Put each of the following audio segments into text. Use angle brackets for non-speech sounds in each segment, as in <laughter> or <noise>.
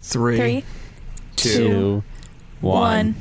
Three, Three, two, two, one.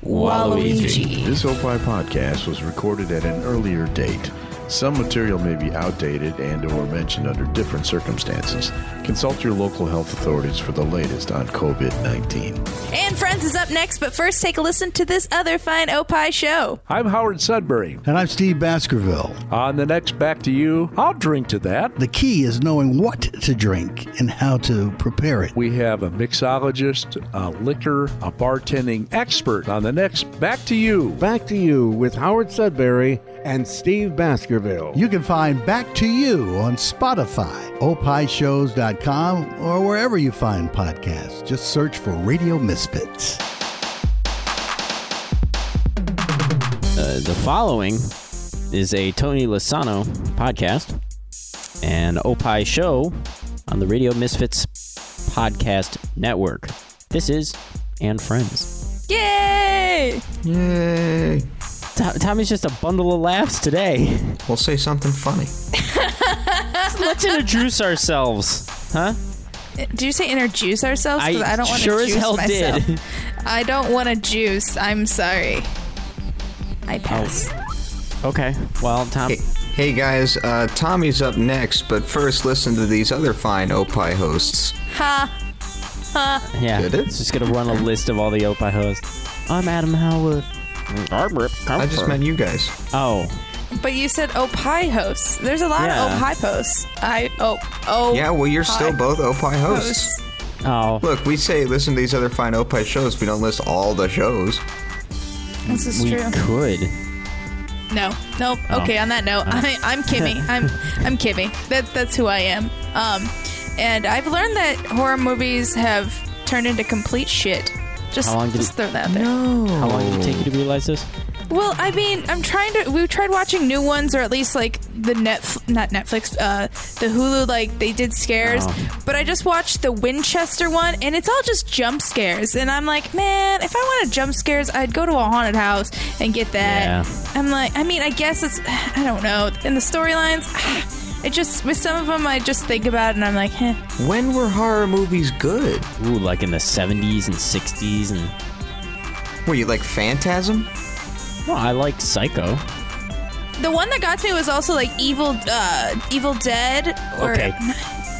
one. Waluigi. This OPI podcast was recorded at an earlier date. Some material may be outdated and or mentioned under different circumstances. Consult your local health authorities for the latest on COVID-19. And Friends is up next, but first take a listen to this other fine Opie show. I'm Howard Sudbury. And I'm Steve Baskerville. On the next Back to You, I'll drink to that. The key is knowing what to drink and how to prepare it. We have a mixologist, a liquor, a bartending expert on the next Back to You. Back to you with Howard Sudbury and Steve Baskerville. You can find Back to You on Spotify, opishows.com, or wherever you find podcasts. Just search for Radio Misfits. Uh, the following is a Tony Lasano podcast and Opie show on the Radio Misfits podcast network. This is and friends. Yay! Yay. To- Tommy's just a bundle of laughs today. We'll say something funny. Let's <laughs> introduce ourselves, huh? <laughs> Did you say introduce ourselves? 'Cause I, don't want to sure juice as hell myself. <laughs> did. I don't want to juice. I'm sorry. I pass. Oh. Okay, well, Tom, Hey, hey guys, uh, Tommy's up next, but first listen to these other fine Opie hosts. Ha! yeah, did it? it's just gonna run a list of all the Opie hosts. I'm Adam Howard. I just meant you guys. Oh, But you said Opie hosts. There's a lot Yeah. of Opie hosts. I oh oh. Yeah, well, you're Hi. still both Opie hosts. hosts. oh, Look, we say listen to these other fine Opie shows. We don't list all the shows. This is we true. could. No, nope. Oh. Okay, on that note, I, I'm Kimmy. <laughs> I'm I'm Kimmy. That that's who I am. Um, and I've learned that horror movies have turned into complete shit. Just, How long did just it- throw that out there. How long did it take you to Oh. realize this? Well, I mean, I'm trying to. We tried watching new ones, or at least like the net, not Netflix, uh, the Hulu. Like they did scares, Oh. but I just watched the Winchester one, and it's all just jump scares. And I'm like, man, if I wanted jump scares, I'd go to a haunted house and get that. Yeah. I'm like, I mean, I guess it's, <sighs> I don't know. In the storylines, <sighs> it just with some of them, I just think about it, and I'm like, eh. When were horror movies good? Ooh, like in the 70s and 60s and Were you like Phantasm? no, I like Psycho. The one that got to me was also like Evil, uh, Evil Dead, or Okay.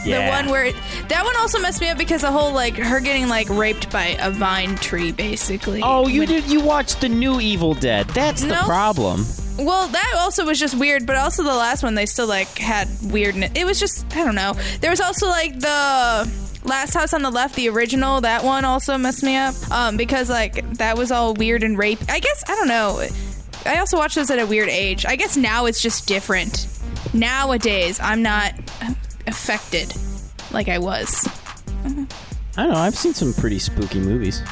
The Yeah. one where that one also messed me up because the whole like her getting like raped by a vine tree basically. Oh, you did you watched the new Evil Dead. That's the No. problem. Well, that also was just weird, but also the last one they still like had weirdness. It was just I don't know. There was also like the Last House on the Left, the original. That one also messed me up um, because like that was all weird and rape. I guess I don't know. I also watched those at a weird age. I guess now it's just different. Nowadays, I'm not affected like I was. I don't know, I've seen some pretty spooky movies.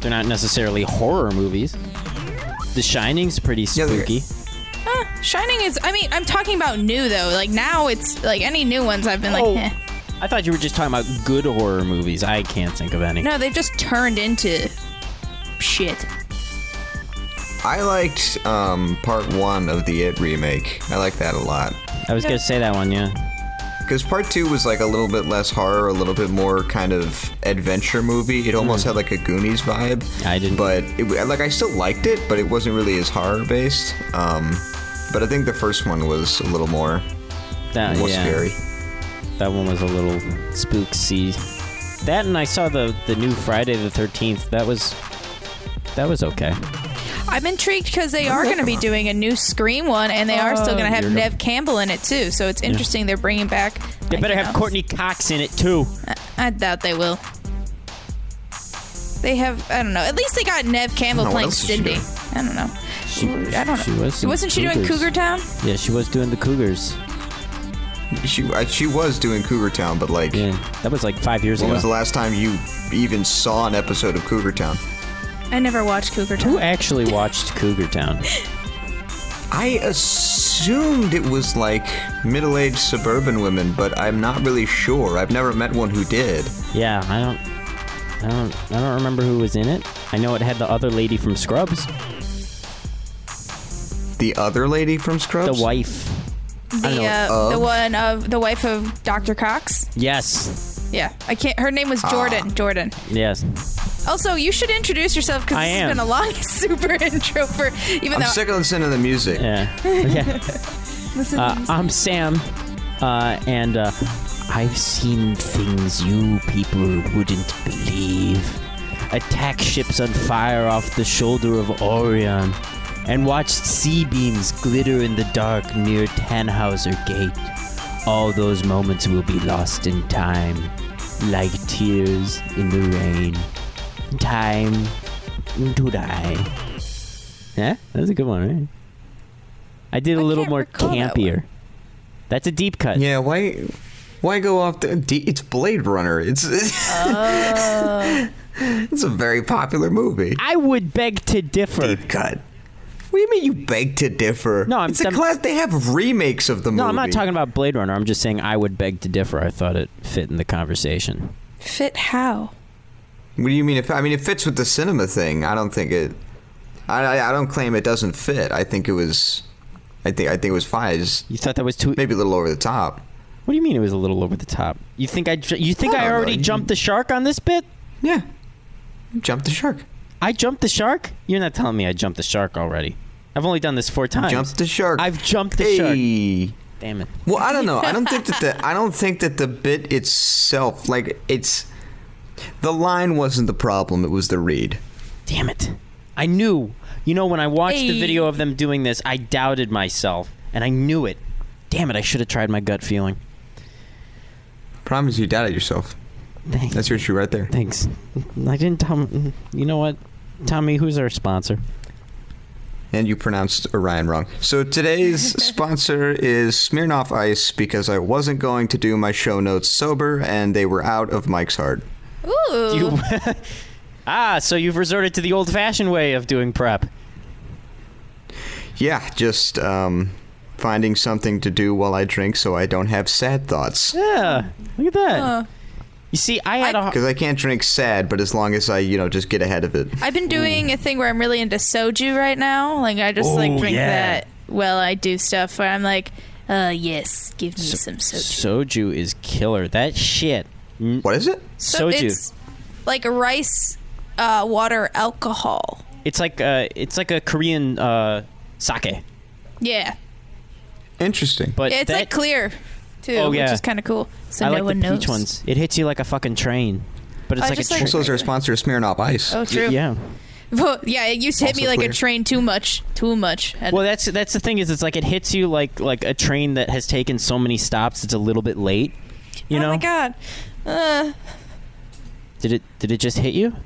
They're not necessarily horror movies. The Shining's pretty Yeah, they're- spooky. Uh, Shining is. I mean, I'm talking about new though. Like now, it's like any new ones. I've been like, Oh. eh. I thought you were just talking about good horror movies. I can't think of any. no, they've just turned into shit. I liked um, part one of the It remake. I like that a lot. I was gonna say that one, yeah. Because part two was like a little bit less horror, a little bit more kind of adventure movie. It almost had like a Goonies vibe. Hmm. I didn't- But it, like, I still liked it, but it wasn't really as horror based. Um, but I think the first one was a little more That more Uh, yeah. scary. That one was a little spooksy. That and I saw the the new Friday the 13th. That was that was okay. I'm intrigued because they are going to be doing a new Scream one, and they are still Oh, going to have Nev Campbell in it too. So it's interesting they're bringing back. They like, better you have know, Courtney Cox in it too. I doubt they will. They have. I don't know. At least they got Nev Campbell know, what playing else is she Cindy. doing? I don't know. I don't know. she was in Wasn't she doing Cougars. Cougar Town? Yeah, she was doing the Cougars. She I, she was doing Cougar Town, but like, Yeah, that was like five years when ago. was the last time you even saw an episode of Cougar Town? I never watched Cougar Town. Who actually watched Cougar Town? I assumed it was like middle aged suburban women, but I'm not really sure. I've never met one who did. Yeah, I don't, I don't, I don't remember who was in it. I know it had the other lady from Scrubs, The other lady from the Scrubs? wife. The know, uh, the of- one of the wife of Dr. Cox. Yes, Yeah, I can't. Her name was Jordan. Ah. Jordan. Yes. Also, you should introduce yourself because I this am. has been a long <laughs> super intro for even I'm though sick of listening to the music. Yeah. yeah. listen, Uh, I'm Sam, uh, and uh, I've seen things you people wouldn't believe. Attack ships on fire off the shoulder of Orion, and watched sea beams glitter in the dark near Tannhauser Gate. All those moments will be lost in time, like tears in the rain. Time to die. Yeah, that was a good one, right? I did a I little can't more recall that campier. one. That's a deep cut. Yeah, why why go off the D- it's Blade Runner. It's <laughs> It's a very popular movie. I would beg to differ. Deep cut. What do you mean you beg to differ? No, I'm- it's a I'm- class they have remakes of the movie. No, I'm not talking about Blade Runner. I'm just saying I would beg to differ. I thought it fit in the conversation. fit how? What do you mean? If I mean it fits with the cinema thing, I don't think it. I, I, I don't claim it doesn't fit. I think it was. I think I think it was fine. It's You thought that was too. maybe a little over the top. What do you mean it was a little over the top? You think I? ju- You think I I, don't know. already You- jumped the shark on this bit? Yeah, jump the shark. I jumped the shark? You're not telling me I jumped the shark already. I've only done this four times. Jump the shark. I've jumped the shark. hey. Damn it. Well, I don't know. I don't think that the I don't think that the bit itself, like it's the line wasn't the problem. It was the read. Damn it. I knew. You know, when I watched the Hey. video of them doing this, I doubted myself, and I knew it. Damn it, I should have tried my gut feeling. Promise you doubted yourself. Thanks. That's your issue right there. Thanks. I didn't tell. You know what? Tommy, who's our sponsor? And you pronounced Orion wrong. So today's sponsor is Smirnoff Ice because I wasn't going to do my show notes sober and they were out of Mike's heart. Ooh, You, ah, so you've resorted to the old-fashioned way of doing prep. Yeah, just um, finding something to do while I drink so I don't have sad thoughts. Yeah, look at that. Huh. You see, I had a Because I can't drink sad, but as long as I, you know, just get ahead of it. I've <laughs> been doing a thing where I'm really into soju right now. Like I just like Oh, drink yeah. that while I do stuff. Where I'm like, uh, yes, give me some soju. soju is killer. That shit. Mm, What is it? So soju. It's, It's like rice, uh, water, alcohol. like uh, it's like a Korean uh, sake, Yeah, Interesting. but it's that, like clear too, Oh, yeah. which is kind of cool. So I no like one the knows. peach ones. It hits you like a fucking train, but it's I like a just like- train. Also, as our sponsor, Smirnoff Ice. Oh, true. Yeah. <laughs> Well, yeah, it used to hit Also me like clear. a train too much, too much. And Well, that's that's the thing is it's like it hits you like like a train that has taken so many stops it's a little bit late. You oh know? my god. Uh, Did it did it just hit you?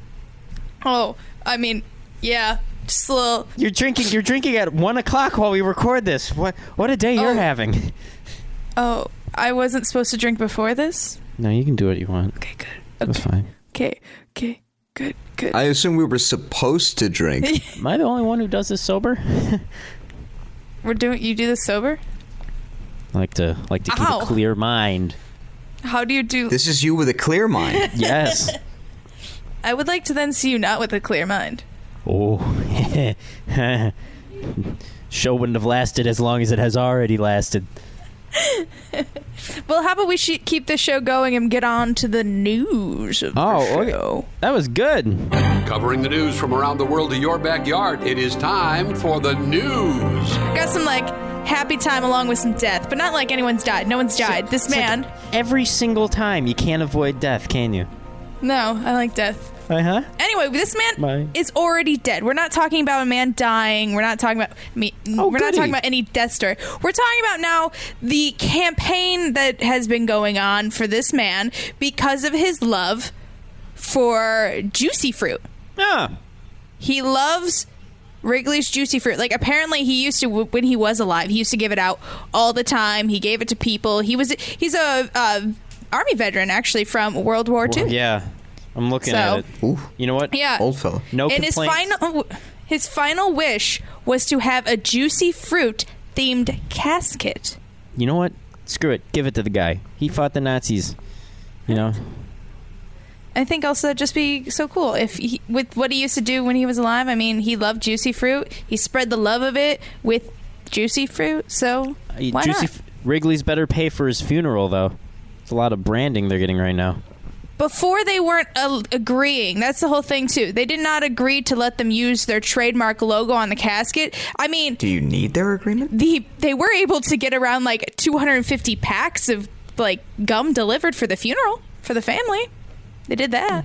oh, I mean, yeah, just a little. You're drinking. You're drinking at one o'clock while we record this. What what a day you're Oh. having. Oh, I wasn't supposed to drink before this. No, you can do what you want. Okay, good. That's Okay, fine. okay, okay, good, good. I assume we were supposed to drink. <laughs> Am I the only one who does this sober? I We're doing. You do this sober? <laughs> like to like to keep Ow. a clear mind. How do you do? this is you with a clear mind. <laughs> <laughs> Yes. I would like to then see you not with a clear mind. oh. <laughs> Show wouldn't have lasted as long as it has already lasted. Well, how about we sh- keep the show going and get on to the news of Oh, the okay. show? That was good. Covering the news from around the world to your backyard, it is time for the news. Got some like happy time along with some death, but not like anyone's died. No one's died. This It's like man. every single time you can't avoid death, can you? No, I like death. Uh huh. Anyway, this man My- is already dead. We're not talking about a man dying. We're not talking about me. Oh, we're not goody. talking about any death story. We're talking about now the campaign that has been going on for this man because of his love for juicy fruit. Ah. He loves Wrigley's Juicy Fruit. Like apparently he used to when he was alive. He used to give it out all the time. He gave it to people. He was he's a uh, army veteran actually from World War II. Yeah. I'm looking So- at it. Ooh. You know what? Yeah. Old fella. No and his complaints. final his final wish was to have a juicy fruit themed casket. you know what? Screw it. Give it to the guy. He fought the Nazis. You know? I think also that'd just be so cool if he, with what he used to do when he was alive. I mean, he loved juicy fruit. He spread the love of it with juicy fruit. So Uh, why Juicy not? F- Wrigley's better pay for his funeral, though. It's a lot of branding they're getting right now. before they weren't a- agreeing. That's the whole thing too. They did not agree to let them use their trademark logo on the casket. I mean, Do you need their agreement? the they were able to get around like 250 packs of like gum delivered for the funeral for the family. They did that.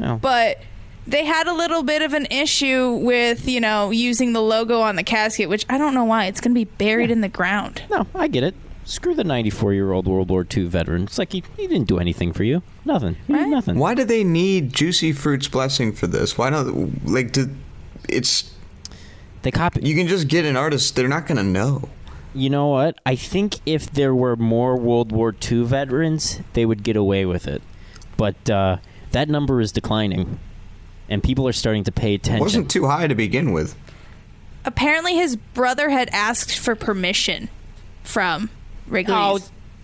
Oh. But they had a little bit of an issue with, you know, using the logo on the casket, which I don't know why. It's going to be buried in the ground. No, I get it. Screw the 94 year old World War II veteran. It's like he, he didn't do anything for you. Nothing. He did Right. Nothing. Why do they need Juicy Fruit's blessing for this? Why don't like? Do, it's They copied. you can just get an artist. They're not gonna know. You know what? I think if there were more World War II veterans, they would get away with it. But uh, that number is declining, and people are starting to pay attention. Wasn't too high to begin with. Apparently his brother had asked for permission from Wrigley's Oh,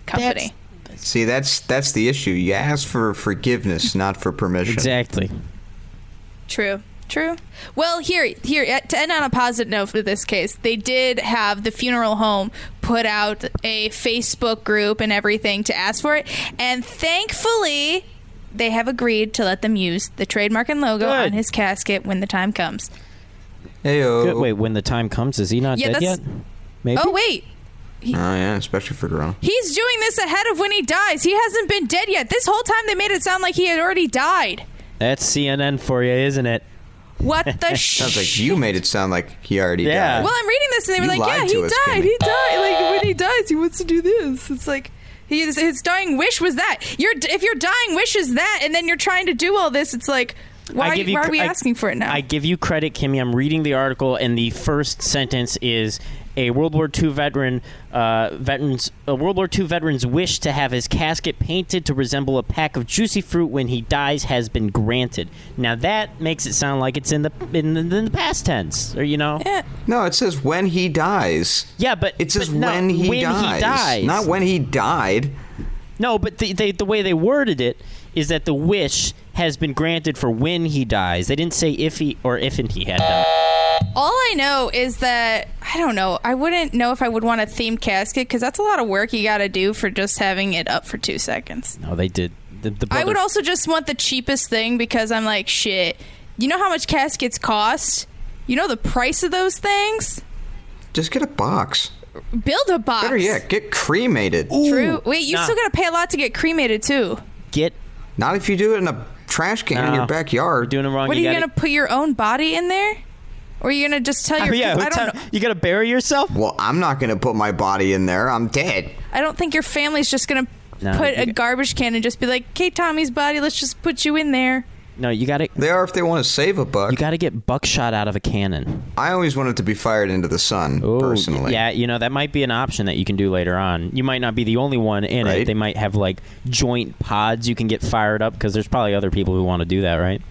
company. See, that's that's the issue. You ask for forgiveness, not for permission. exactly. True. True. Well, here, here uh, to end on a positive note for this case, they did have the funeral home put out a Facebook group and everything to ask for it, and thankfully, they have agreed to let them use the trademark and logo Good. on his casket when the time comes. Heyo. Good. Wait, when the time comes, is he not Yeah, dead that's- yet? Maybe. Oh wait, Oh yeah, especially for Corona. he's doing this ahead of when he dies. He hasn't been dead yet. This whole time they made it sound like he had already died. That's CNN for you, isn't it? <laughs> What the sh? Sounds like you made it sound like he already Yeah. died. Well, I'm reading this and they were You like, lied yeah, to he us, Kimmy. died. He died. Like when he dies, he wants to do this. It's like his his dying wish was that. Your if your dying wish is that, and then you're trying to do all this, it's like why, why cre- are we I- asking for it now? I give you credit, Kimmy. I'm reading the article, and the first sentence is a World War II veteran, uh, veterans, a World War II veteran's wish to have his casket painted to resemble a pack of juicy fruit when he dies has been granted. Now that makes it sound like it's in the in the, in the past tense, or you know, yeah, no, it says when he dies. but It says but no, when, he, when dies. he dies, Not when he died. No, but the, they, the way they worded it is that the wish has been granted for when he dies. They didn't say if he or if and he had died. all I know is that I don't know. I wouldn't know if I would want a themed casket because that's a lot of work you got to do for just having it up for two seconds. No, they did. The, the I would brother- also just want the cheapest thing because I'm like shit. You know how much caskets cost? You know the price of those things? Just get a box. Build a box. Better yet, get cremated. True. Wait, you nah. still gotta pay a lot to get cremated too. get Not if you do it in a trash can in No. your We're backyard. doing it wrong. What are you you gotta, gonna put your own body in there? Or are you gonna just tell your? yeah, I tell- don't. know. you gotta bury yourself. well, I'm not going to put my body in there. I'm dead. I don't think your family's just gonna No, put you a got- garbage can and just be like, "Okay, Tommy's body. Let's just put you in there." No, you gotta They are if they want to save a buck. you gotta get buckshot out of a cannon. I always wanted to be fired into the sun, Ooh, personally. yeah, you know that might be an option that you can do later on. You might not be the only one in it. Right. They might have like joint pods you can get fired up because there's probably other people who want to do that, right?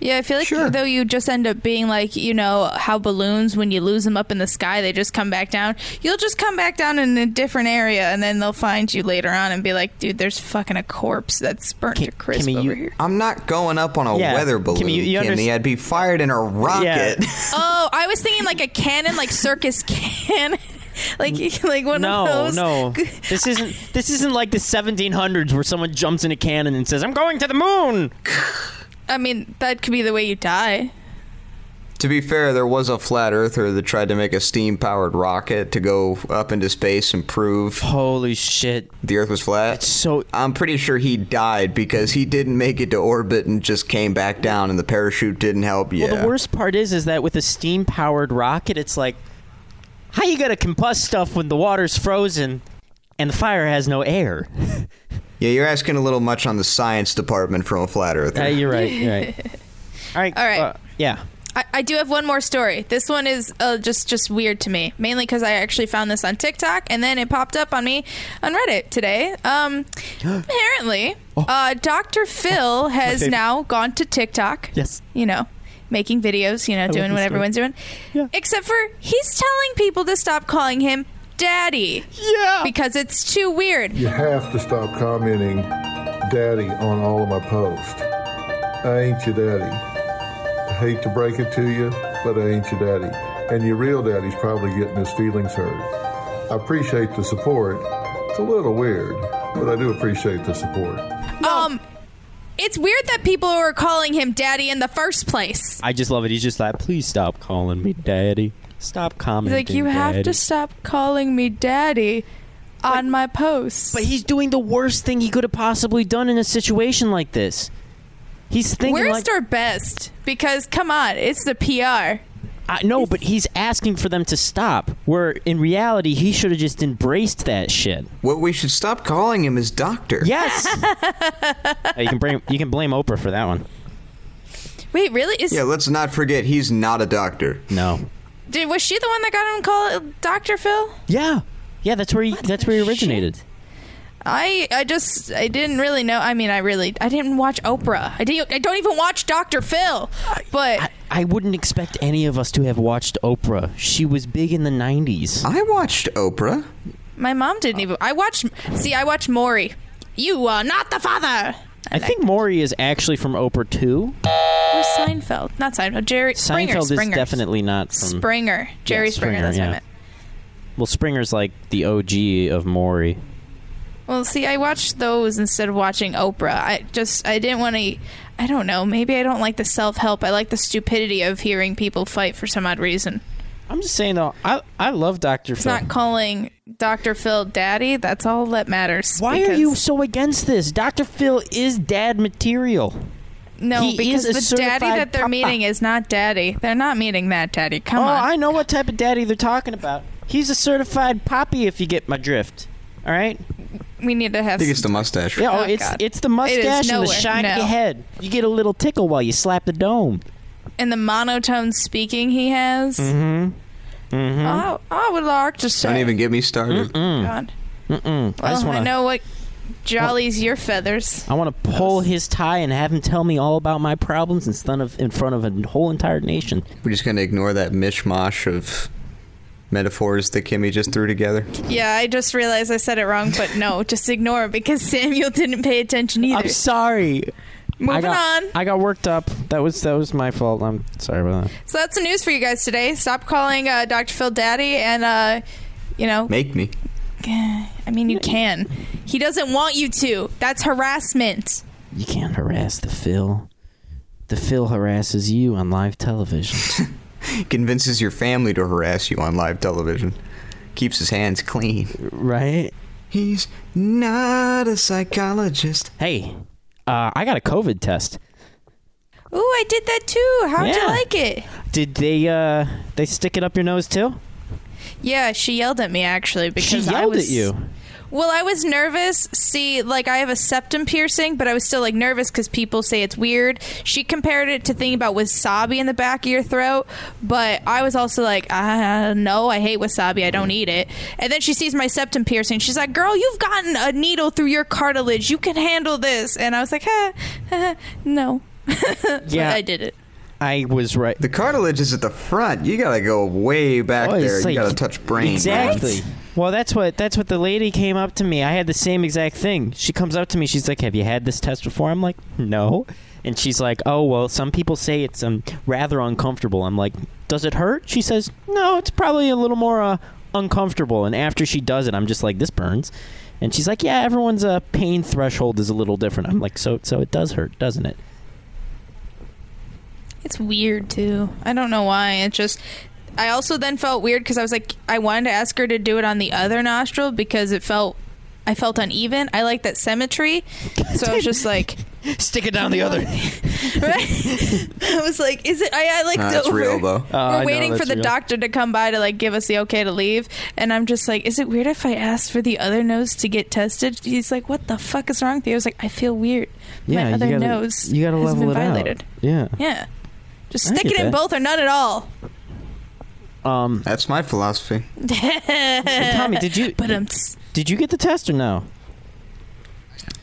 Yeah, I feel like Sure. though you just end up being like, you know, how balloons when you lose them up in the sky, they just come back down. You'll just come back down in a different area, and then they'll find you later on and be like, "Dude, there's fucking a corpse that's burnt Kim- to crisp Kimmy, over you- here." I'm not going up on a Yeah. weather Kimmy, balloon, you- you Kimmy. underst- I'd be fired in a rocket. Oh, I was thinking like a cannon, like circus <laughs> cannon, like like one no, of those. <laughs> no, this isn't this isn't like the 1700s where someone jumps in a cannon and says, "I'm going to the moon." I mean, that could be the way you die. <laughs> To be fair, there was a flat earther that tried to make a steam powered rocket to go up into space and prove Holy shit! the Earth was flat. so- I'm pretty sure he died because he didn't make it to orbit and just came back down, and the parachute didn't help. Yeah, Well, the worst part is, is that with a steam-powered rocket, it's like, how you gonna combust stuff when the water's frozen and the fire has no air? yeah, you're asking a little much on the science department from a flat earther. <laughs> Uh, you're right. You're right. <laughs> All right. All right. uh, yeah. I, I do have one more story. This one is uh, just just weird to me, mainly because I actually found this on TikTok and then it popped up on me on Reddit today. <gasps> Um, apparently, uh, Dr. Phil has Oh. favorite. now gone to TikTok. Yes. you know, making videos, you know, doing this what story. everyone's doing. Yeah. Except for he's telling people to stop calling him daddy Yeah. because it's too weird. You have to stop commenting daddy on all of my posts. I ain't your daddy. I hate to break it to you, but I ain't your daddy. And your real daddy's probably getting his feelings hurt. I appreciate the support. It's a little weird, but I do appreciate the support. Um, it's weird that people were calling him daddy in the first place. I just love it. He's just like, please stop calling me daddy. Stop He's commenting. like, you have Daddy." to stop calling me daddy on my posts. But he's doing the worst thing he could have possibly done in a situation like this. He's thinking Where's like, our best? Because come on, it's the PR. I, no, but he's asking for them to stop. Where in reality, he should have just embraced that shit. What we should stop calling him is doctor. <laughs> Yes. Hey, you can bring. You can blame Oprah for that one. Wait, really? Is Yeah, let's not forget he's not a doctor. No. did, was she the one that got him called Dr. Phil? Yeah. Yeah. That's where he. that's where he originated. I I just I didn't really know. I mean, I really I didn't watch Oprah. I didn't. I don't even watch Dr. Phil. But I, I wouldn't expect any of us to have watched Oprah. She was big in the '90s. I watched Oprah. my mom didn't even. I watched. See, I watched Maury. You are not the father. I think Maury is actually from Oprah too. Or Seinfeld, not Seinfeld. Jerry Springer. Seinfeld Springer. is definitely not from. Springer. Jerry Springer. Springer, That's what I yeah. meant. Well, Springer's like the OG of Maury. Well, see, I watched those instead of watching Oprah. I just I didn't want to. I don't know. Maybe I don't like the self help. I like the stupidity of hearing people fight for some odd reason. I'm just saying though, I I love Doctor It's Phil. not calling Dr. Phil daddy. That's all that matters. Why are because- you so against this? Dr. Phil is dad material. No, He because is a the daddy certified that they're papa. meeting is not daddy. They're not meeting that daddy. Come oh, on. I know what type of daddy they're talking about. He's a certified poppy if you get my drift. All right? we need to have. I think it's some- the mustache. Yeah, oh, Oh, it's God. it's the It is mustache and the nowhere. shiny No. head. You get a little tickle while you slap the dome. and the monotone speaking he has. Mm-hmm. Mm-hmm. I, I would like to say. Don't even get me started. God. Mm-mm. I Well, just I, want to know what jollies your feathers. I want to pull his tie and have him tell me all about my problems instead of in front of a whole entire nation. We're just gonna ignore that mishmash of metaphors that Kimmy just threw together. Yeah, I just realized I said it wrong, but no, <laughs> just ignore it because Samuel didn't pay attention either. I'm sorry. I Moving got, on. I got worked up. That was that was my fault. I'm sorry about that. So that's the news for you guys today. Stop calling uh, Dr. Phil daddy and, uh, you know, Make me. <sighs> I mean, you can. He doesn't want you to. That's harassment. You can't harass the Phil. The Phil harasses you on live television. <laughs> Convinces your family to harass you on live television. Keeps his hands clean. right? He's not a psychologist. Hey, uh, I got a COVID test. Ooh, I did that too. How'd you Yeah. like it? Did they uh they stick it up your nose too? Yeah, she yelled at me actually because She I yelled was, at you. Well, I was nervous. See, like I have a septum piercing, but I was still like nervous because people say it's weird. She compared it to thinking about wasabi in the back of your throat, but I was also like, ah, no, I hate wasabi. I don't eat it. And then she sees my septum piercing. She's like, girl, you've gotten a needle through your cartilage. You can handle this. And I was like, huh, <laughs> no. Yeah. but I did it. I was right. The cartilage is at the front. You gotta go way back Oh, it's there. like- you gotta touch brain. man. Exactly. Well, that's what that's what the lady came up to me. I had the same exact thing. She comes up to me. She's like, "Have you had this test before?" I'm like, "No." And she's like, "Oh, well, some people say it's um rather uncomfortable." I'm like, "Does it hurt?" She says, "No, it's probably a little more uh, uncomfortable." And after she does it, I'm just like, "This burns." And she's like, "Yeah, everyone's uh, pain threshold is a little different." I'm like, "So so it does hurt, doesn't it?" It's weird too. I don't know why. It just. I also then felt weird because I was like, I wanted to ask her to do it on the other nostril because it felt. I felt uneven. I like that symmetry. So I was just like, <laughs> Stick it down the <laughs> other. I was like, is it? I, I like Nah, the that's over- real though. Uh, I We're know, waiting for that's the real. doctor to come by to like give us the okay to leave, and I'm just like, is it weird if I ask for the other nose to get tested? He's like, what the fuck is wrong with you? I was like, I feel weird. My other nose You gotta has level been it violated. out. Yeah. Yeah, just I stick get it in that. both or none at all. <laughs> Um. That's my philosophy. Tommy, did you But um, did you get the test or no?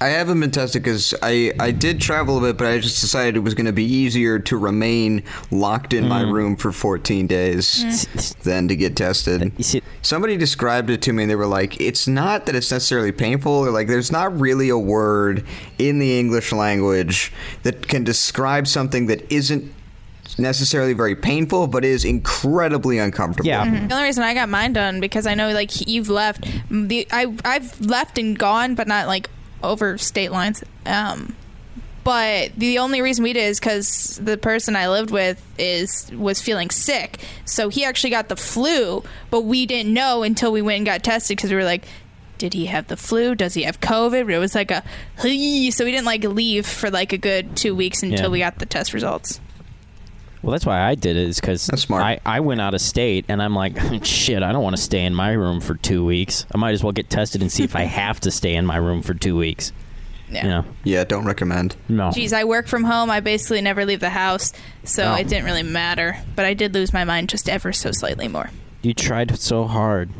I haven't been tested because I, I did travel a bit, but I just decided it was going to be easier to remain locked in Mm. my room for 14 days than to get tested. <laughs> You see, Somebody described it to me and they were like, it's not that it's necessarily painful. Like, there's not really a word in the English language that can describe something that isn't necessarily very painful, but is incredibly uncomfortable. yeah, the only reason I got mine done because I know like you've left. The I I've left and gone, but not like over state lines. Um, But the only reason we did is because the person I lived with is was feeling sick, so he actually got the flu. But we didn't know until we went and got tested because we were like, "Did he have the flu? Does he have COVID?" But it was like a, so we didn't like leave for like a good two weeks until Yeah. we got the test results. Well, that's why I did it, is because That's smart. I, I went out of state and I'm like, <laughs> shit, I don't want to stay in my room for two weeks. I might as well get tested and see <laughs> if I have to stay in my room for two weeks. Yeah. You know? Yeah, don't recommend. No. Geez, I work from home. I basically never leave the house, so Oh. it didn't really matter. But I did lose my mind just ever so slightly more. You tried so hard. I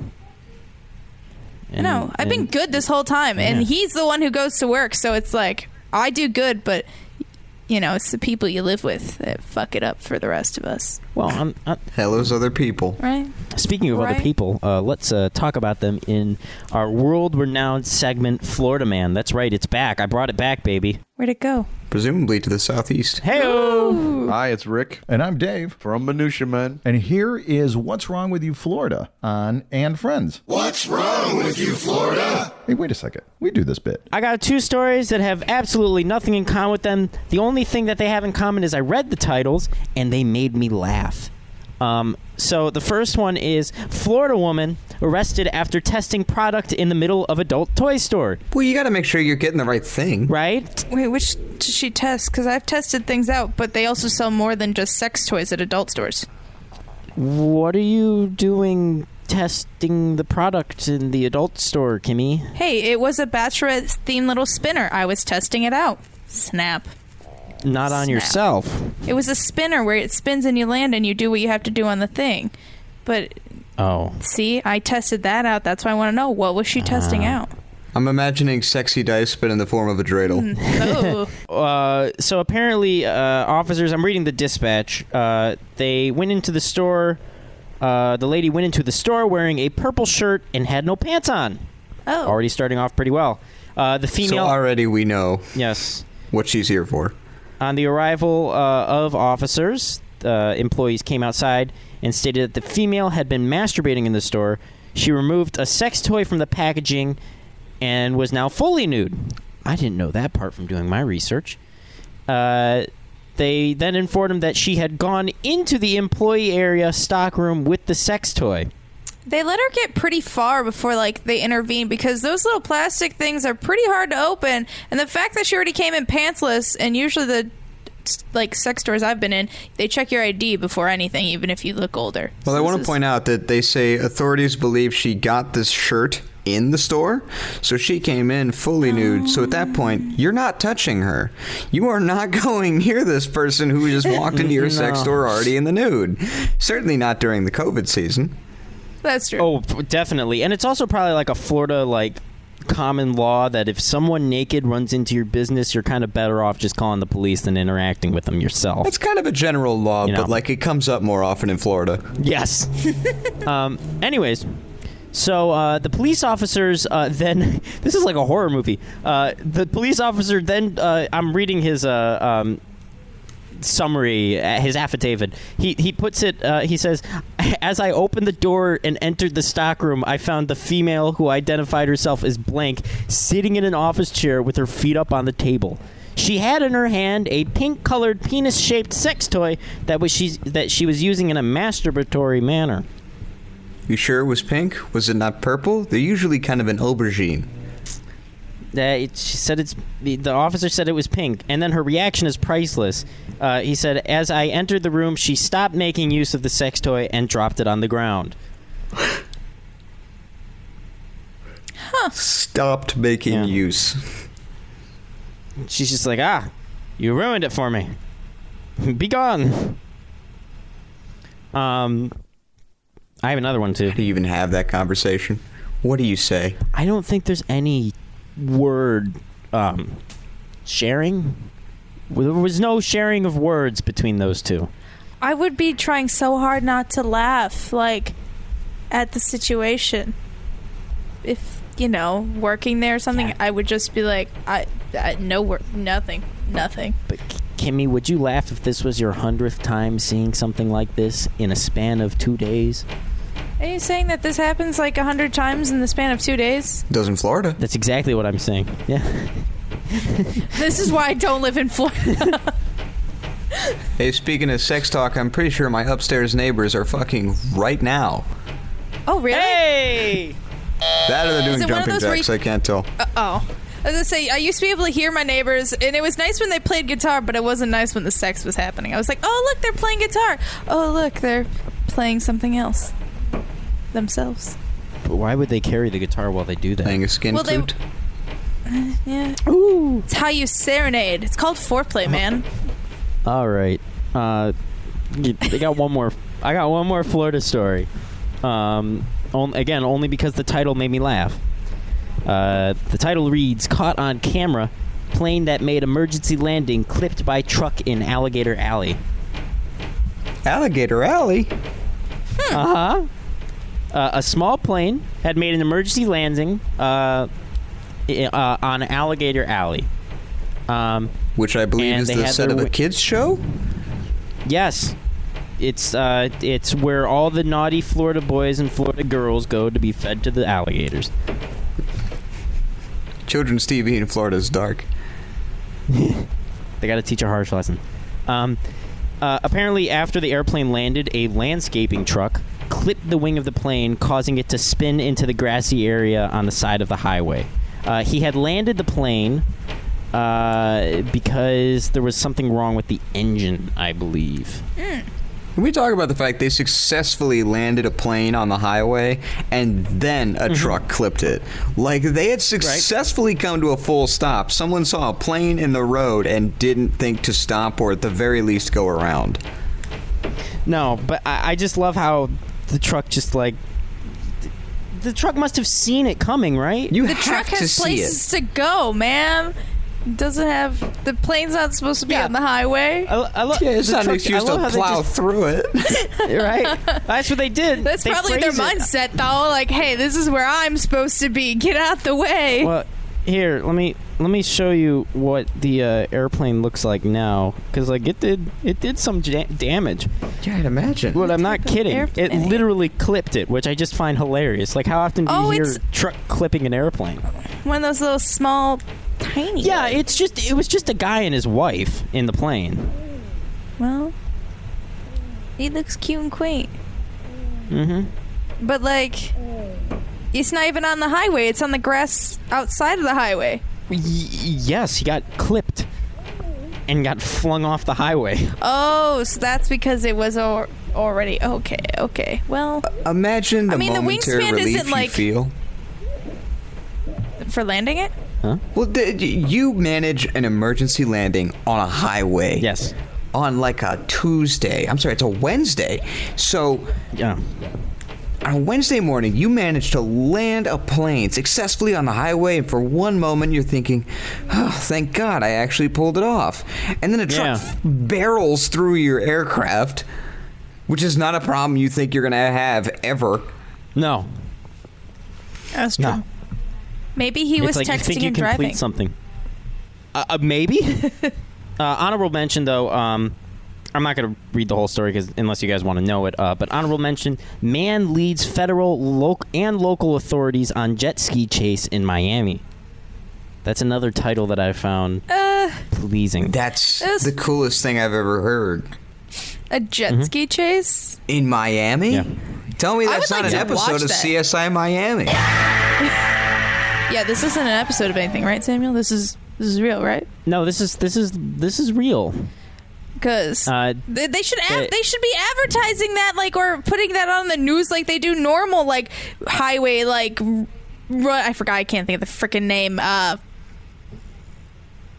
And- know. I've been and- good this whole time, and Yeah. he's the one who goes to work, so it's like I do good, but you know, it's the people you live with that fuck it up for the rest of us, Well, I'm, i Hell, those other people. right? Speaking of Right. other people, uh, let's uh, talk about them in our world renowned segment, Florida Man. That's right, it's back. I brought it back, baby. Where'd it go? Presumably to the southeast. Hey, Hi, it's Rick And I'm Dave. from Minutia Man. And here is What's Wrong With You Florida on And Friends. What's wrong with you, Florida? Hey, wait a second. We do this bit. I got two stories that have absolutely nothing in common with them. The only thing that they have in common is I read the titles and they made me laugh. Um, so the first one is Florida woman arrested after testing product in the middle of adult toy store. Well, you got to make sure you're getting the right thing. Right? Wait, which did she test? Because I've tested things out, but they also sell more than just sex toys at adult stores. What are you doing testing the product in the adult store, Kimmy? Hey, it was a bachelorette themed little spinner. I was testing it out. Snap. Not on Snap. yourself. It was a spinner where it spins and you land and you do what you have to do on the thing. But Oh. see, I tested that out. That's why I want to know what was she testing out. I'm imagining sexy dice, but in the form of a dreidel. Oh, Uh, so apparently, uh, officers, I'm reading the dispatch. Uh, they went into the store. Uh, the lady went into the store wearing a purple shirt and had no pants on. oh, Already starting off pretty well. Uh, the So female. already we know yes. what she's here for. On the arrival uh, of officers, uh, employees came outside and stated that the female had been masturbating in the store. She removed a sex toy from the packaging and was now fully nude. I didn't know that part from doing my research. Uh, they then informed him that she had gone into the employee area stockroom with the sex toy. they let her get pretty far before like they intervened because those little plastic things are pretty hard to open. And the fact that she already came in pantsless, and usually the like sex stores I've been in, they check your ID before anything, even if you look older. Well, I want to point out that they say authorities believe she got this shirt in the store, so she came in fully nude. So at that point, you're not touching her. You are not <laughs> going near this person who just walked into your sex No. store already in the nude. Certainly not during the COVID season. That's true. Oh, f- definitely. And it's also probably like a Florida like common law that if someone naked runs into your business, you're kind of better off just calling the police than interacting with them <laughs> yourself. That's kind of a general law, You know. but like it comes up more often in Florida. Yes. um, anyways, so uh, the police officers uh, <laughs> then this is like a horror movie. Uh, the police officer then uh, I'm reading his uh, um, summary, uh, his affidavit. He he puts it. Uh, he says, <laughs> "As I opened the door and entered the stockroom, I found the female who identified herself as blank sitting in an office chair with her feet up on the table." She had in her hand a pink-colored penis-shaped sex toy that was she that she was using in a masturbatory manner. You sure it was pink? Was it not purple? They're usually kind of an aubergine. Uh, it, she said it's the, the officer said it was pink, and then her reaction is priceless. Uh, he said, "As I entered the room, she stopped making use of the sex toy and dropped it on the ground." Stopped making Yeah. use. She's just like, "Ah, you ruined it for me. <laughs> Be gone." Um, I have another one too. Do you even have that conversation? What do you say? I don't think there's any word um, sharing. There was no sharing of words between those two. I would be trying so hard not to laugh, like at the situation. If you know, working there or something, I would just be like, I, I no work, nothing, nothing. But Kimmy, would you laugh if this was your hundredth time seeing something like this in a span of two days? Are you saying that this happens like a hundred times in the span of two days? Does in Florida. That's exactly what I'm saying. Yeah. <laughs> This is why I don't live in Florida. Hey, speaking of sex talk, I'm pretty sure my upstairs neighbors are fucking right now. <laughs> oh, really? Hey! That or they're Is doing it one of jumping those where jacks. you- I can't tell. Oh. I was gonna say I used to be able to hear my neighbors, and it was nice when they played guitar, but it wasn't nice when the sex was happening. I was like, "Oh, look, they're playing guitar. Oh, look, they're playing something else themselves." But why would they carry the guitar while they do that? Playing a skin Well, they- flute. Yeah. It's how you serenade. It's called foreplay, <laughs> man. All right. Uh, y- I got one more. I got one more Florida story. Um, on, again, only because the title made me laugh. Uh, the title reads: "Caught on camera, plane that made emergency landing clipped by truck in Alligator Alley." Alligator Alley. Uh-huh. Uh, a small plane had made an emergency landing uh, i- uh, on Alligator Alley. Um, Which I believe And is they the had set their of a wi- kids show. Yes. It's uh, it's where all the naughty Florida boys and Florida girls go to be fed to the alligators. Children's TV in Florida is dark. They got to teach a harsh lesson. Um, uh, apparently, after the airplane landed, a landscaping truck clipped the wing of the plane, causing it to spin into the grassy area on the side of the highway. Uh, he had landed the plane uh, because there was something wrong with the engine, I believe. Can we talk about the fact they successfully landed a plane on the highway and then Mm-hmm. a truck clipped it? Like they had successfully come to a full stop. Someone saw a plane in the road and didn't think to stop or at the very least go around. No, but I, I just love how the truck just like. th- The truck must have seen it coming, right? You The have truck to has see it. places to go, man. It Doesn't have the plane's not supposed to be Yeah. Uh, on the highway. I, I lo- Yeah, it's the not an truck- excuse I love to how they plow just- <laughs> through it. right? <laughs> That's what they did. That's They probably their phrase it. mindset, though. Like, hey, this is where I'm supposed to be. Get out the <laughs> way. Well, here, let me let me show you what the uh, airplane looks like now, because like it did it did some ja- damage. yeah, I'd imagine. Well, I'm not Type of kidding. It airplane. literally clipped it, which I just find hilarious. Like, how often do Oh, you hear it's- truck clipping an airplane? One of those little small, tiny. Yeah, it's just it was just a guy and his wife in the plane. Well, he looks cute and quaint, Mm-hmm. but like, it's not even on the highway. It's on the grass outside of the highway. Y- yes, he got clipped and got flung off the highway. <laughs> Oh, so that's because it was al- already okay. Okay. Well, imagine the I mean, the momentary wingspan relief isn't, you like- feel. for landing it. Well, d- d- you manage an emergency landing on a highway. Yes. On like a Tuesday. I'm sorry, it's a Wednesday. So Yeah. On a Wednesday morning, you managed to land a plane successfully on the highway, and for one moment, you're thinking, oh, thank God I actually pulled it off. And then a truck Yeah. f- barrels through your aircraft, which is not a problem you think you're going to have ever. No. That's No. Maybe he was it's like texting you think you and can complete driving. something. Uh, uh, maybe. <laughs> uh, honorable mention, though. Um, I'm not going to read the whole story 'cause- unless you guys want to know it. Uh, but honorable mention: man leads federal loc- and local authorities on jet ski chase in Miami. That's another title that I found Uh. pleasing. That's It's- the coolest thing I've ever heard. A jet Mm-hmm. ski chase. In Miami? Yeah. Tell me I that's would not like an to watch episode of that. CSI Miami. Yeah, this isn't an episode of anything, right, Samuel? This is this is real, right? no, this is this is this is real. Because Uh, they, they should they- ad- they should be advertising that like or putting that on the news like they do normal like highway like run. I forgot. I can't think of the freaking name. Uh,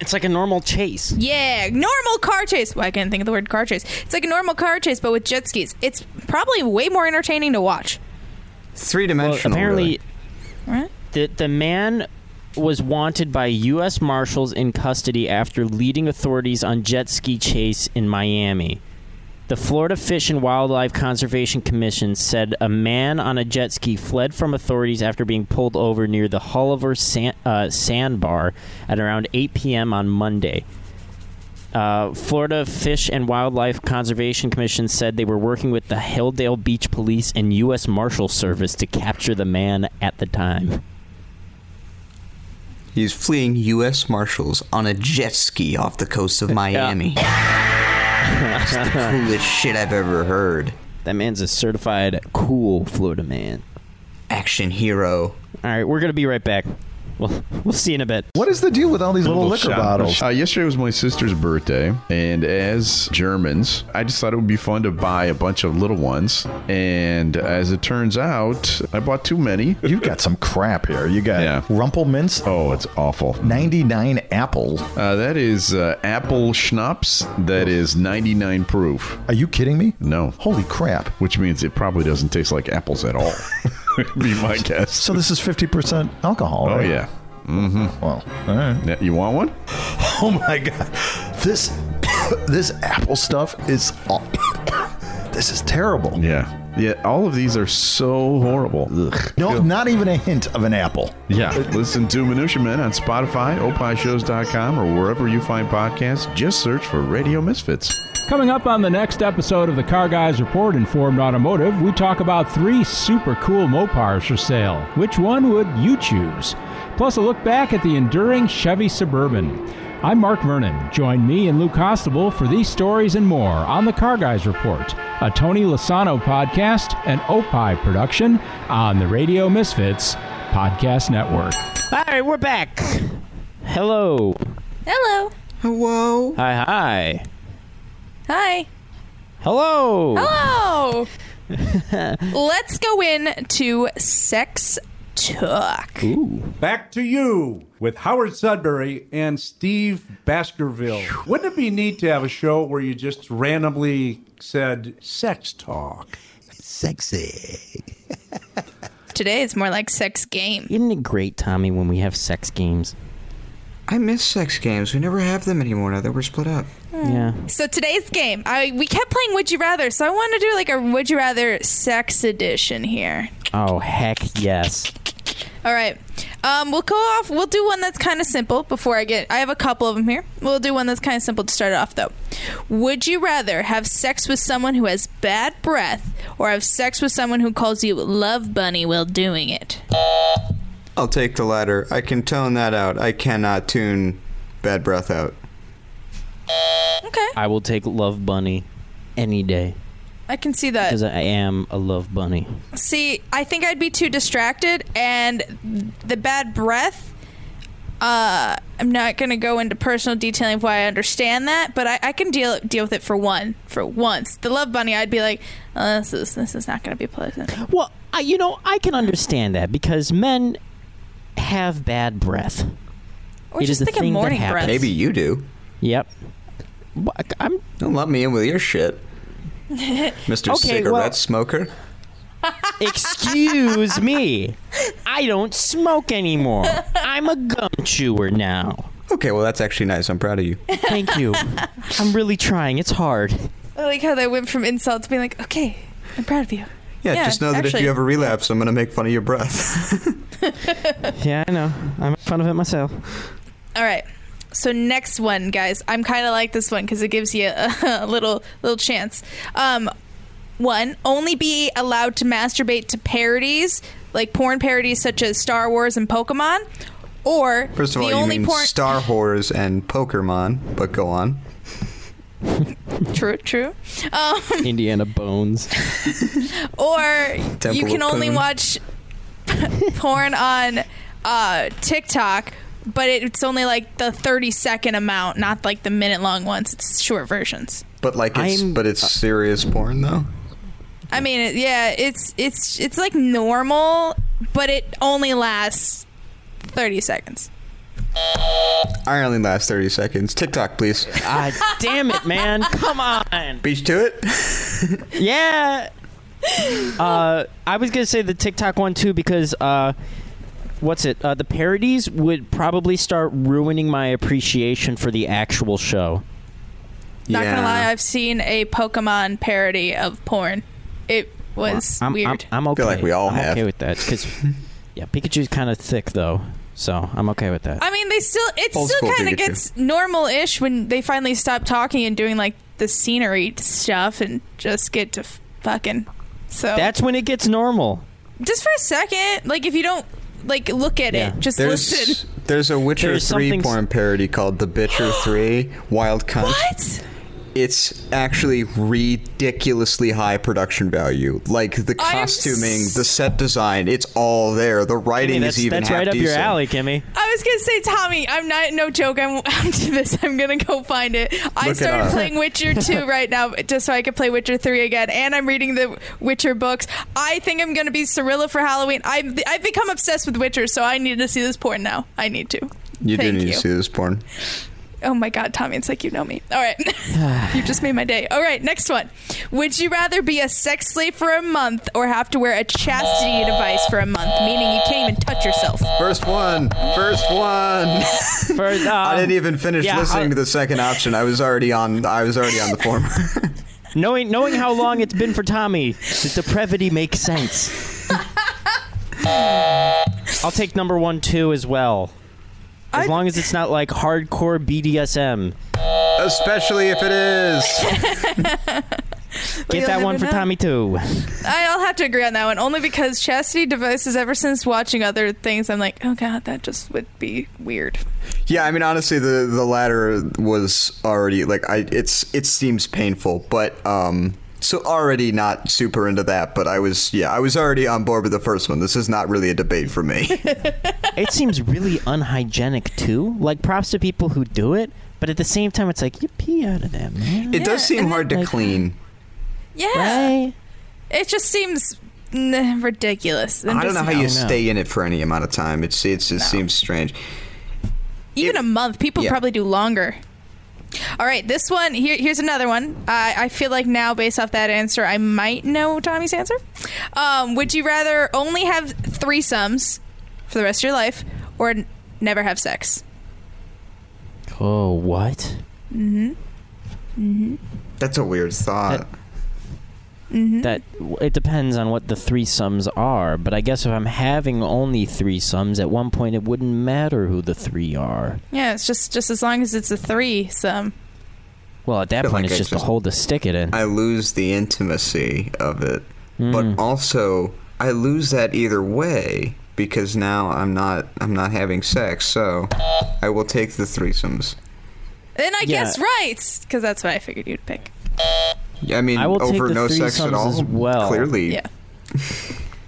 it's like a normal chase. yeah, normal car chase. Well, I can't think of the word car chase. It's like a normal car chase, but with jet skis. It's probably way more entertaining to watch. Three Well, dimensional. apparently, Right? the the man was wanted by U.S. Marshals in custody after leading authorities on jet ski chase in Miami. The Florida Fish and Wildlife Conservation Commission said a man on a jet ski fled from authorities after being pulled over near the Hulliver san- uh, sandbar at around 8 p.m. on Monday. Uh, Florida Fish and Wildlife Conservation Commission said they were working with the Hilldale Beach Police and U.S. Marshal Service to capture the man at the time. He's fleeing U.S. Marshals on a jet ski off the coast of <laughs> Miami. It's the coolest shit I've ever heard. That man's a certified cool Florida man. Action hero. All right, we're gonna be right back. We'll we'll see you in a bit. What is the deal with all these little, liquor bottles? Uh, yesterday was my sister's birthday, and as Germans, I just thought it would be fun to buy a bunch of little ones. And as it turns out, I bought too many. You've got some crap here. You got Yeah. Rumpelmints, Oh, it's awful. 99 apples. Uh, that is uh, apple schnapps. That is 99 proof. Are you kidding me? No, Holy crap. which means it probably doesn't taste like apples at all. <laughs> Would be my guess. So this is 50% alcohol, oh right? yeah. Well, all right. <laughs> Yeah, You want one? Oh my god, this <coughs> this apple stuff is aw- <coughs> this is terrible. Yeah. Yeah. All of these are so horrible. Ugh. No, not even a hint of an apple. Yeah. Listen to Minutia Men on Spotify, opishows.com, or wherever you find podcasts. Just search for Radio Misfits. Coming up on the next episode of the Car Guys Report Informed Automotive, we talk about three super cool Mopars for sale. Which one would you choose? Plus, a look back at the enduring Chevy Suburban. I'm Mark Vernon. Join me and Lou Costable for these stories and more on the Car Guys Report, a Tony Lasano podcast and Opie production on the Radio Misfits Podcast Network. All right, we're back. Hello. Hello. Whoa. Hi, hi. Hi. Hello. Hello. Let's go in to sex talk. Back to you with Howard Sudbury and Steve Baskerville. Wouldn't it be neat to have a show where you just randomly said sex talk? Sexy. Today it's more like sex game. Isn't it great, Tommy, when we have sex games? I miss sex games. We never have them anymore now that we're split up. Yeah. So today's game, I we kept playing Would You Rather, so I want to do like a Would You Rather sex edition here. Oh, heck yes. All right. Um, we'll go off. We'll do one that's kind of simple before I get. I have a couple of them here. We'll do one that's kind of simple to start off, though. Would you rather have sex with someone who has bad breath or have sex with someone who calls you Love Bunny while doing it? I'll take the latter. I can tone that out. I cannot tune bad breath out. Okay. I will take Love Bunny any day I can see that. because I am a Love Bunny. See, I think I'd be too distracted, and the bad breath. Uh, I'm not gonna go into personal detailing of why I understand that, but I, I can deal deal with it for one for once. The love bunny, I'd be like, oh, this is this is not gonna be pleasant. Well, I, you know, I can understand that because men have bad breath. Or It is just the think thing of that morning happens. breath. Maybe you do. Yep. Well, I- I'm Don't let me in with your <laughs> shit. Mr. Okay, Cigarette well- Smoker. Excuse me. I don't smoke anymore. I'm a gum chewer now. Okay, well, that's actually nice. I'm proud of <laughs> you. Thank you. I'm really trying. It's hard. I like how they went from insult to being like, okay, I'm proud of you. Yeah, Yeah, just know that if actually- you ever relapse, I'm going to make fun of your breath. <laughs> Yeah, I know. I make fun of it myself. All right. So next one, guys. I'm kind of like this one because it gives you a, <laughs> a little little chance. Um, one, only be allowed to masturbate to parodies like porn parodies such as Star Wars and Pokemon, or First of the all, you only mean porn. Star Whores and Pokemon, but go on. true, true. Um, Indiana Bones. or Temple you can of only Poon. watch <laughs> porn on uh, TikTok, but it's only like the 30 second amount, not like the minute long ones. It's short versions. But like, it's I'm- but it's serious porn though. I mean, it, yeah, it's it's it's like normal, but it only lasts 30 seconds. I only last thirty seconds. TikTok, please. God Ah, damn it, man. Come on. Beach to it. Yeah. Uh, I was going to say the TikTok one too because uh, what's it? Uh, the parodies would probably start ruining my appreciation for the actual show. Not gonna lie, I've seen a Pokemon parody of porn. It was I'm, weird. I'm, I'm okay. feel like we all I'm have. okay with that because yeah, Pikachu's kind of thick though, so I'm okay with that. I mean, they still it Old still school kind Pikachu. of gets normal-ish when they finally stop talking and doing like the scenery stuff and just get to f- fucking. So That's when it gets normal. just for a second, like if you don't like look at Yeah. it, just There's listen. There's a Witcher There's 3 something- porn parody called The <gasps> Bitcher 3 Wild Cunt. What? It's actually ridiculously high production value. Like the I am costuming, the set design, it's all there. The writing that's, is even that's half right up your decent. <laughs> alley, Kimmy. I was gonna say, Tommy, I'm not no joke. I'm <laughs> after this. I'm gonna go find it. I Look it started up. playing <laughs> Witcher two right now just so I could play Witcher three again, and I'm reading the Witcher books. I think I'm gonna be Cirilla for Halloween. I've I've become obsessed with Witcher, so I need to see this porn now. I need to. You do Thank need you. to see this porn. Oh my God, Tommy, it's like you know me. <sighs> All right. <laughs> you just made my day. All right, next one. Would you rather be a sex slave for a month or have to wear a chastity device for a month, meaning you can't even touch yourself? First one, first one. First, um, I didn't even finish yeah, listening I'll- to the second option. I was already on. I was already on the former. <laughs> Knowing knowing how long it's been for Tommy, the depravity makes sense. I'll take number one too as well. As I- long as it's not like hardcore BDSM. Especially if it is. Get you'll that never one for know. <laughs> Tommy too. I'll have to agree on that one, only because chastity devices, ever since watching other things, I'm like, oh God, that just would be weird. Yeah, I mean, honestly, the the latter was already like I. It's it seems painful, but um, so already not super into that. But I was yeah, I was already on board with the first one. This is not really a debate for me. It seems really unhygienic too. Like props to people who do it, but at the same time it's like you pee out of that, man. It does Yeah, seem and hard to clean. Yeah. Right? It just seems mm, ridiculous. I don't know how you don't know. stay in it for any amount of time. It's it's it seems strange. Even it- a month. People yeah. probably do longer. All right, this one here. Here's another one. I I feel like now, based off that answer, I might know Tommy's answer. Um, would you rather only have threesomes for the rest of your life, or n- never have sex? Oh what? That's a weird thought. That- That it depends on what the three sums are, but I guess if I'm having only three sums, at one point it wouldn't matter who the three are. Yeah, it's just just as long as it's a threesome. Well, at that Feel point, like it's I just, just- a hole to stick it in. I lose the intimacy of it, but also I lose that either way because now I'm not I'm not having sex. So I will take the threesomes. Then I Yeah. guess right, because that's what I figured you'd pick. Yeah, I mean, I will take over the no sex at threesomes all. as well. Clearly, Yeah.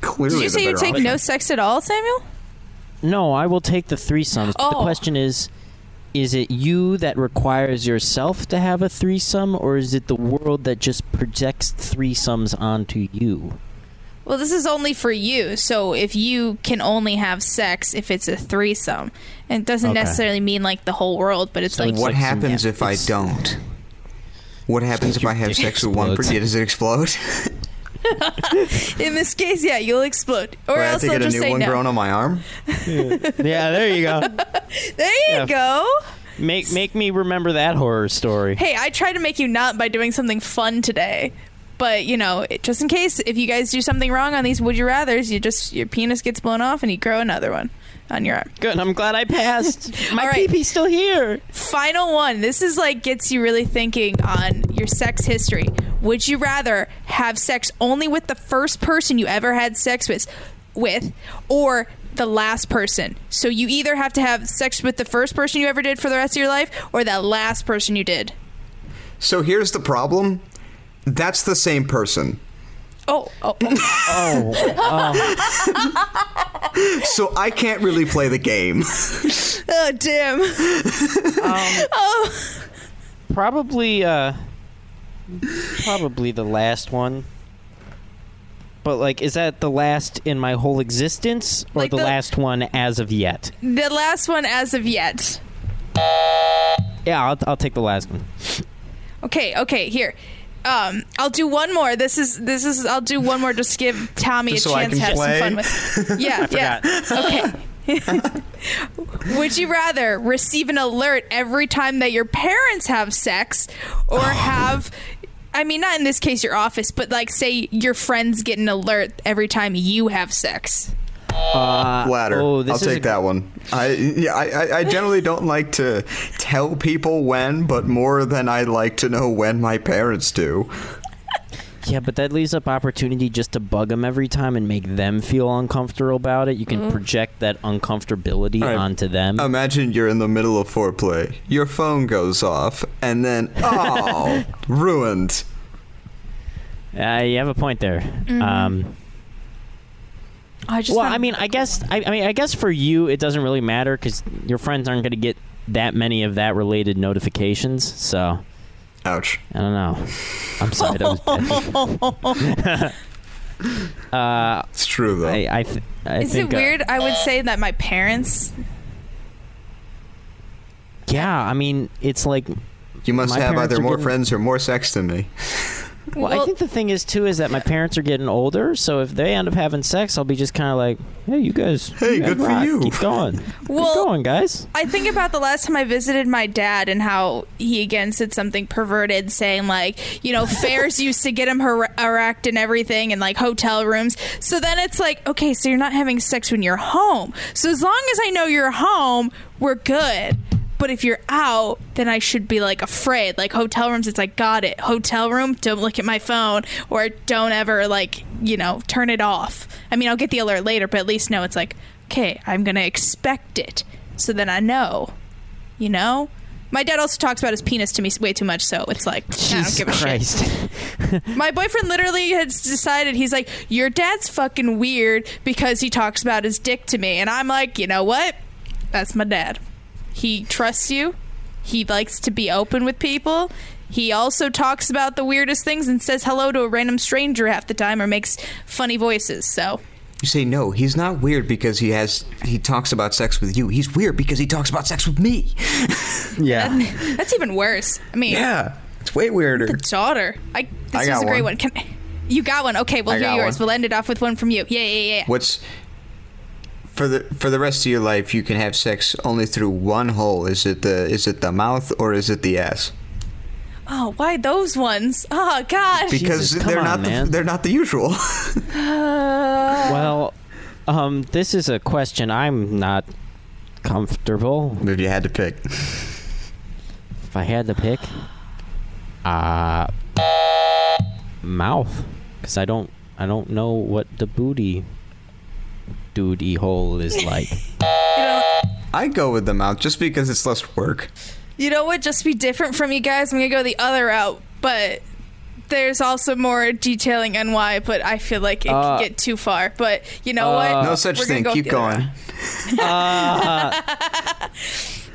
clearly. Did you the say you better take option. no sex at all, Samuel? No, I will take the threesomes. But the Oh. question is, is it you that requires yourself to have a threesome, or is it the world that just projects threesomes onto you? Well, this is only for you. So if you can only have sex if it's a threesome, and it doesn't Okay. necessarily mean like the whole world, but it's So like it's What like some- happens yeah, if I it's- don't? What happens if I have dick sex with one? per- explodes. yeah, Does it explode? in this case, yeah, you'll explode, or Or <laughs> I have else to they'll get a just new say one no. grown on my arm? yeah, there you go. There you Yeah. go. Make make me remember that horror <laughs> story. Hey, I tried to make you not by doing something fun today. But you know, it, just in case if you guys do something wrong on these would you rather's, you just your penis gets blown off and you grow another one on your arm. Good. I'm glad <laughs> I passed. My All right. peepee's still here. Final one. This is like gets you really thinking on your sex history. Would you rather have sex only with the first person you ever had sex with, with, or the last person? So you either have to have sex with the first person you ever did for the rest of your life, or that last person you did. So here's the problem. That's the same person. Oh, oh, oh. So I can't really play the game. <laughs> <laughs> Oh, damn! oh, Probably, uh, probably the last one. But like, is that the last in my whole existence, or Like the, the- last one as of yet? the last one as of yet. Yeah, I'll, I'll take the last one. Okay, okay, here. Um, I'll do one more. This is this is. I'll do one more. Just to give Tommy Just a so I can chance to have play? some fun <laughs> with. Yeah, yeah. Okay. Would you rather receive an alert every time that your parents have sex, Oh. or have? I mean, not in this case your office, but like say your friends get an alert every time you have sex. Latter. oh, this Uh, I'll is take a- that one. I, yeah, I I- I generally don't like to tell people when, but more than I like to know when my parents do. Yeah, but that leaves up opportunity just to bug them every time and make them feel uncomfortable about it. You can Mhm. project that uncomfortability All right. Uh, onto them. Imagine you're in the middle of foreplay, your phone goes off, and <laughs> then oh, ruined. Uh, you have a point there. Um, I just well, found- I mean, I guess, I, I mean, I guess for you, it doesn't really matter because your friends aren't going to get that many of that related notifications. So, ouch. I don't know. I'm sorry. That was <laughs> Uh, it's true though. I, I, th- I Is it think, uh, weird? I would say that my parents. yeah, I mean, it's like you must my have parents either are more getting- friends or more sex than me. Well, I think the thing is too is that my parents are getting older, so if they end up having sex, I'll be just kind of like, "Hey, you guys, hey, good for you. Keep going, Well, keep going, guys." I think about the last time I visited my dad and how he again said something perverted, saying like, you know, fairs <laughs> used to get him her- erect and everything, and like hotel rooms. So then it's like, okay, so you're not having sex when you're home. So as long as I know you're home, we're good. But if you're out, then I should be like afraid. Like hotel rooms, it's like, got it. Hotel room, don't look at my phone or don't ever like, you know, turn it off. I mean, I'll get the alert later, but at least know it's like, okay, I'm going to expect it. So then I know, you know? My dad also talks about his penis to me way too much, so it's like, I don't give a Christ. <laughs> shit. My boyfriend literally has decided, he's like, your dad's fucking weird because he talks about his dick to me. And I'm like, you know what? That's my dad. He trusts you. He likes to be open with people. He also talks about the weirdest things and says hello to a random stranger half the time or makes funny voices. So, <laughs> You say no. He's not weird because he has he talks about sex with you. He's weird because he talks about sex with <laughs> me. yeah. that's even worse. I mean, Yeah. It's way weirder. daughter. I this I is got a great one. one. Can I, you got one? Okay, we'll I hear got yours. one. We'll end it off with one from you. Yeah, yeah, yeah. What's for the for the rest of your life you can have sex only through one hole. Is it the is it the mouth or is it the ass? Oh, why those ones? Oh God. Because they're not the, they're not the usual. <laughs> Uh, Well, um, this is a question I'm not comfortable. If you had to pick, if I had to pick, uh, mouth, because I don't, I don't know what the booty, duty hole is <laughs> like. I go with the mouth just because it's less work. you know what? Just be different from you guys. I'm gonna go the other route, but there's also more detailing on why. But I feel like it Uh, could get too far. But you know Uh, what? no such We're gonna thing. go Keep the other route. going.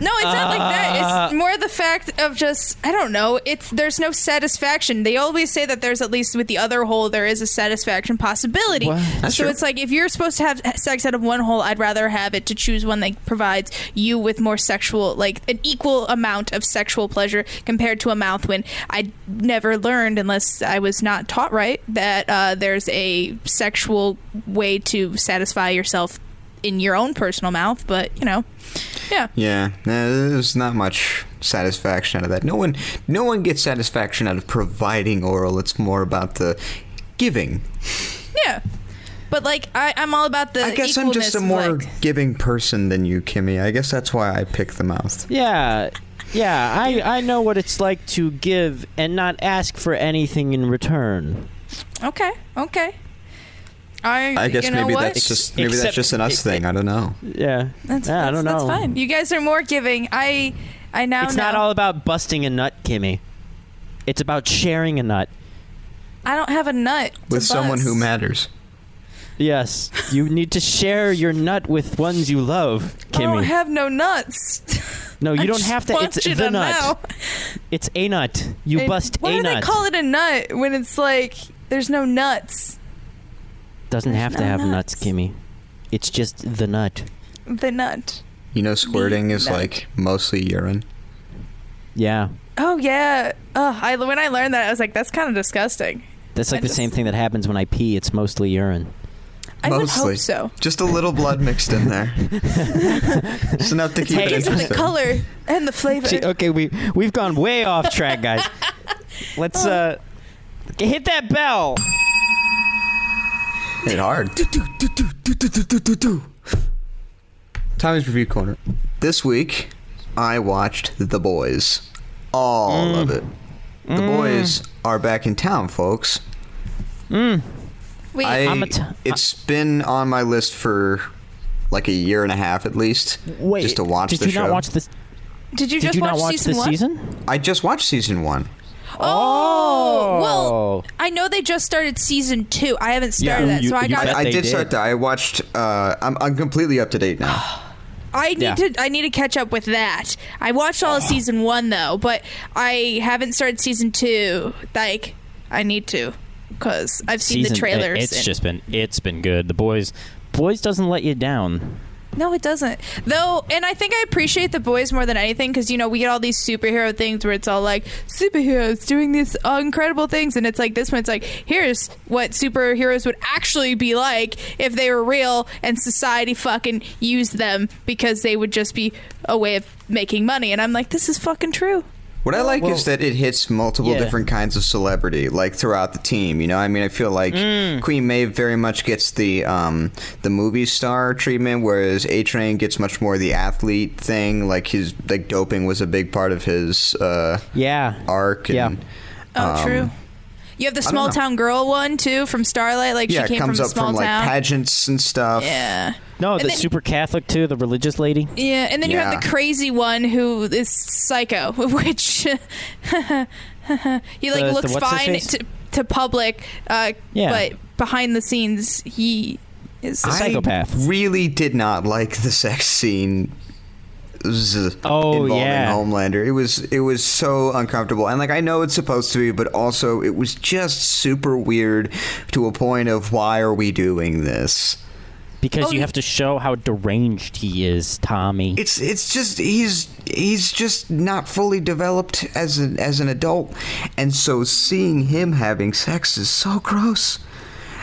No, it's not like that. It's Uh, more the fact of just I don't know. It's there's no satisfaction. They always say that there's at least with the other hole there is a satisfaction possibility. What? That's so true. it's like if you're supposed to have sex out of one hole, I'd rather have it to choose one that provides you with more sexual, like an equal amount of sexual pleasure compared to a mouth. When I never learned, unless I was not taught right, that uh, there's a sexual way to satisfy yourself in your own personal mouth. But you know, yeah. Yeah, nah, there's not much satisfaction out of that. No one, no one gets satisfaction out of providing oral. It's more about the giving. Yeah. But like I, I'm all about the I guess I'm just equalness a of, more like, giving person than you, Kimmy. I guess that's why I pick the mouth. Yeah. Yeah, I, I know what it's like to give and not ask for anything in return. okay, okay. I I guess you know maybe what? that's just maybe that's Except- just an us thing. I don't know. Yeah. That's, yeah, I that's- don't know. That's fine. You guys are more giving. I I now It's know. not all about busting a nut, Kimmy. It's about sharing a nut. I don't have a nut to With someone bust. who ma- Matters. Yes, you need to share your nut with ones you love, I don't Kimmy. have no nuts. no, you Oh, <laughs> I don't just have to. want It's you the to nut. know. It's a nut. You And bust Why a do nut. they call it a nut when it's like there's no nuts? Doesn't have to no have nuts, Kimmy. It's just the nut. The nut. You know, squirting is nut. like mostly urine. Yeah, Oh yeah. Ugh, I when I learned that I was like that's kind of disgusting. that's like I the just- same thing that happens when I pee. It's mostly urine. I would hope so. Just a little blood mixed in <laughs> there. Just enough to It's keep it because of interesting. the color and the flavor. Gee, okay, we we've gone way off <laughs> track, guys. Let's uh, hit that bell. Hit it hard. Tommy's review corner. This week, I watched The Mm. Boys, all of it. The Boys are back in town, folks. Mm. Wait, I, I'm a t- it's been on my list for like a year and a half at least. Wait, just to watch did the you show. not watch this? Did you Did just you not watch, watch season this one? season? I just watched season one. Oh, Oh. well, I know they just started season two. I haven't started that, so I got. Uh, I, I did, start that. I watched. Uh, I'm, I'm completely up to date now. I need Yeah. to. I need to catch up with that. I watched all of season one though, but I haven't started season two. Like, I need to, because I've seen Season- the trailers. It's and- just been it's been good. The boys boys doesn't let you down. No, it doesn't. Though, and I think I appreciate the boys more than anything because, you know, we get all these superhero things where it's all like, superheroes doing these incredible things. And it's like this one, it's like, here's what superheroes would actually be like if they were real and society fucking used them because they would just be a way of making money. And I'm like, this is fucking true. What I like Well- is that it hits multiple Yeah. different kinds of celebrity, like throughout the team. You know, I mean, I feel like Queen May very much gets the um, the movie star treatment, whereas A Train gets much more the athlete thing. Like his like doping was a big part of his uh, yeah arc. And, yeah. Oh, true. You have the Um, I don't small know. town girl one, too, from Starlight. Like, yeah, she it came comes from a up small from like town. pageants and stuff. Yeah. No, And the then- super Catholic too, the religious lady. Yeah, and then you have the Yeah. crazy one who is psycho, <laughs> which he like The- the looks what's his fine face? to, to public, uh, Yeah. but behind the scenes he is I really did not like the sex scene. z- involving yeah. Homelander. It was it was so uncomfortable, and like I know it's supposed to be, but also it was just super weird to a point of why are we doing this? Because Oh, you you- have to show how deranged he is, Tommy. It's it's just he's he's just not fully developed as an as an adult, and so seeing him having sex is so gross.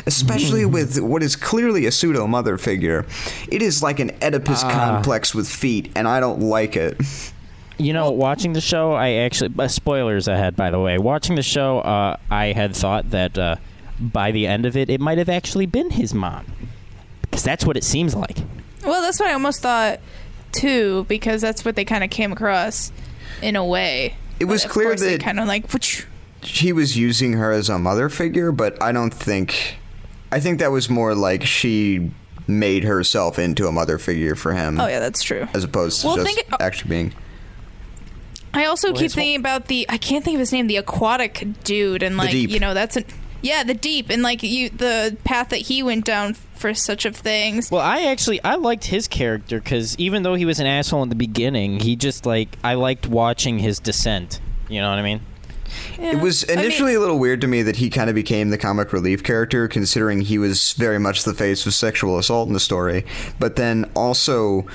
Especially Mm-hmm. with what is clearly a pseudo mother figure, it is like an Oedipus Ah. complex with feet, and I don't like it. You know, watching the show, I actually uh, spoilers ahead. By the way, watching the show, uh, I had thought that uh, by the end of it, it might have actually been his mom, because that's what it seems like. well. That's what I almost thought too, because that's what they kind of came across in a way. It was clear that- kind of like "Whoosh." He was using her as a mother figure, but I don't think. I think that was more like she made herself into a mother figure for him. Oh, yeah, that's true. As opposed to Well, just think- uh, actually being. I also Well, keep his whole- thinking about the I can't think of his name, the aquatic dude, and The like Deep. you know that's an yeah the deep and like you the path that he went down for such of things. Well, I actually I liked his character because even though he was an asshole in the beginning, he just like I liked watching his descent. You know what I mean? It was initially a little weird to me that he kind of became the comic relief character, considering he was very much the face of sexual assault in the story. But then also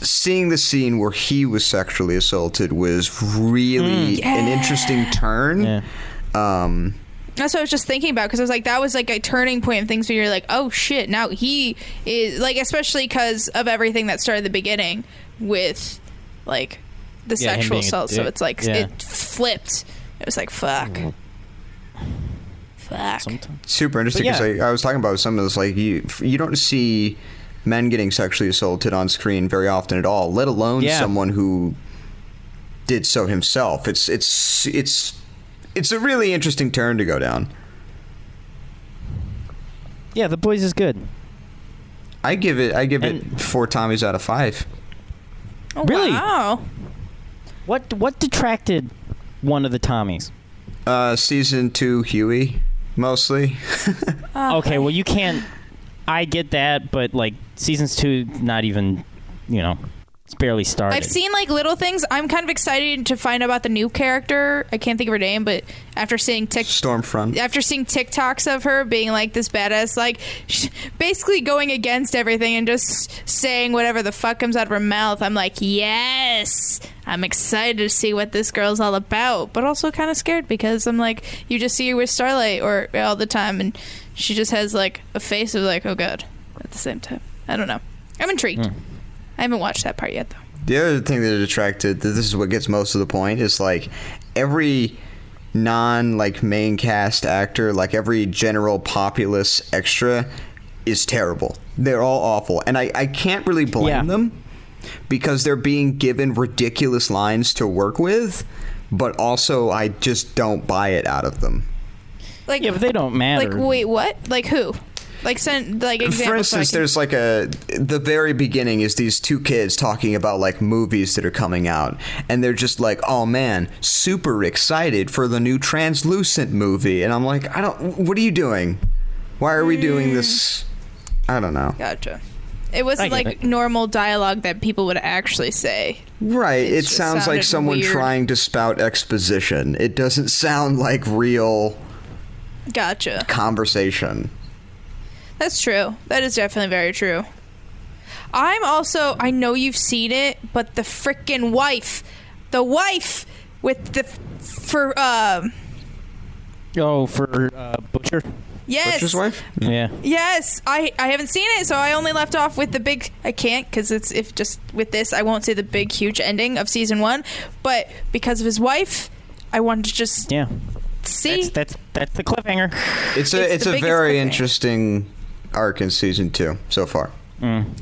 seeing the scene where he was sexually assaulted was really Mm. an interesting turn. Um, That's what I was just thinking about because I was like, that was like a turning point of things where you're like, oh shit, now he is like, especially because of everything that started at the beginning with like the Yeah, him sexual being a assault. So dick. it's like Yeah. Mm. it flipped. It was like fuck, fuck. super interesting But yeah. because I, I was talking about some of this like you you don't see men getting sexually assaulted on screen very often at all let alone Yeah. someone who did so himself it's it's it's it's a really interesting turn to go down Yeah, the boys is good. i give it i give it four tommies out of five Oh, Really? Wow. What what detracted one of the Tommies? uh season two huey mostly <laughs> okay, <laughs> well you can't. I get that, but like seasons two, not even. You know, it's barely started. I've seen like little things. I'm kind of excited to find out about the new character. I can't think of her name, but after seeing Tik stormfront after seeing TikToks of her being like this badass, like sh- basically going against everything and just saying whatever the fuck comes out of her mouth, I'm like, yes, I'm excited to see what this girl's all about, but also kind of scared because I'm like, you just see her with Starlight or all the time, and she just has like a face of like, oh god, at the same time. I don't know. I'm intrigued. I haven't watched that part yet though. The other thing that attracted that this is what gets most of the point is like every non like main cast actor, like every general populace extra is terrible. They're all awful. And I, I can't really blame them because they're being given ridiculous lines to work with, but also I just don't buy it out of them. Like yeah, but they don't matter. Like wait, what? Like who? Like send like examples. For so I instance, can- there's like a the very beginning is these two kids talking about like movies that are coming out, and they're just like, "Oh man, super excited for the new Translucent movie," and I'm like, "I don't. What are you doing? Why are we Hmm. doing this? I don't know." Gotcha. It I wasn't get like it. normal dialogue that people would actually say. Right. It It just sounds sounded like someone weird. trying to spout exposition. It doesn't sound like real Gotcha. conversation. That's true. That is definitely very true. I'm also, I know you've seen it, but the frickin' wife, the wife with the, f- for, um, Oh, for uh, Butcher? Yes. Butcher's wife? Yeah. yes, I, I haven't seen it, so I only left off with the big, I can't, because it's, if just with this, I won't say the big, huge ending of season one, but because of his wife, I wanted to just yeah. see. That's, that's the cliffhanger. It's a It's it's, the a biggest very cliffhanger. interesting arc in season two so far.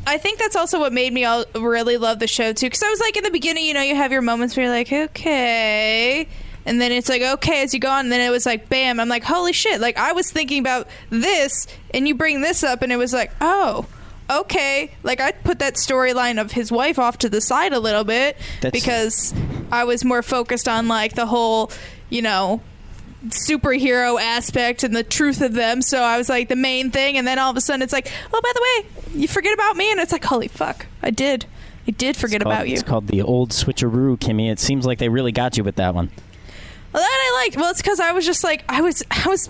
I think that's also what made me all really love the show too, because I was like in the beginning, you know, you have your moments where you're like, okay, and then it's like okay as you go on, and then it was like bam, I'm like holy shit, like I was thinking about this, and you bring this up, and it was like oh. Okay, like I put that storyline of his wife off to the side a little bit That's- because I was more focused on like the whole, you know, superhero aspect and the truth of them. So I was like the main thing, and then all of a sudden it's like, oh, by the way, you forget about me, and it's like, holy fuck, I did, I did forget Called- about you. It's called the old switcheroo, Kimmy. It seems like they really got you with that one. Well, that I liked. Well, it's because I was just like, I was, I was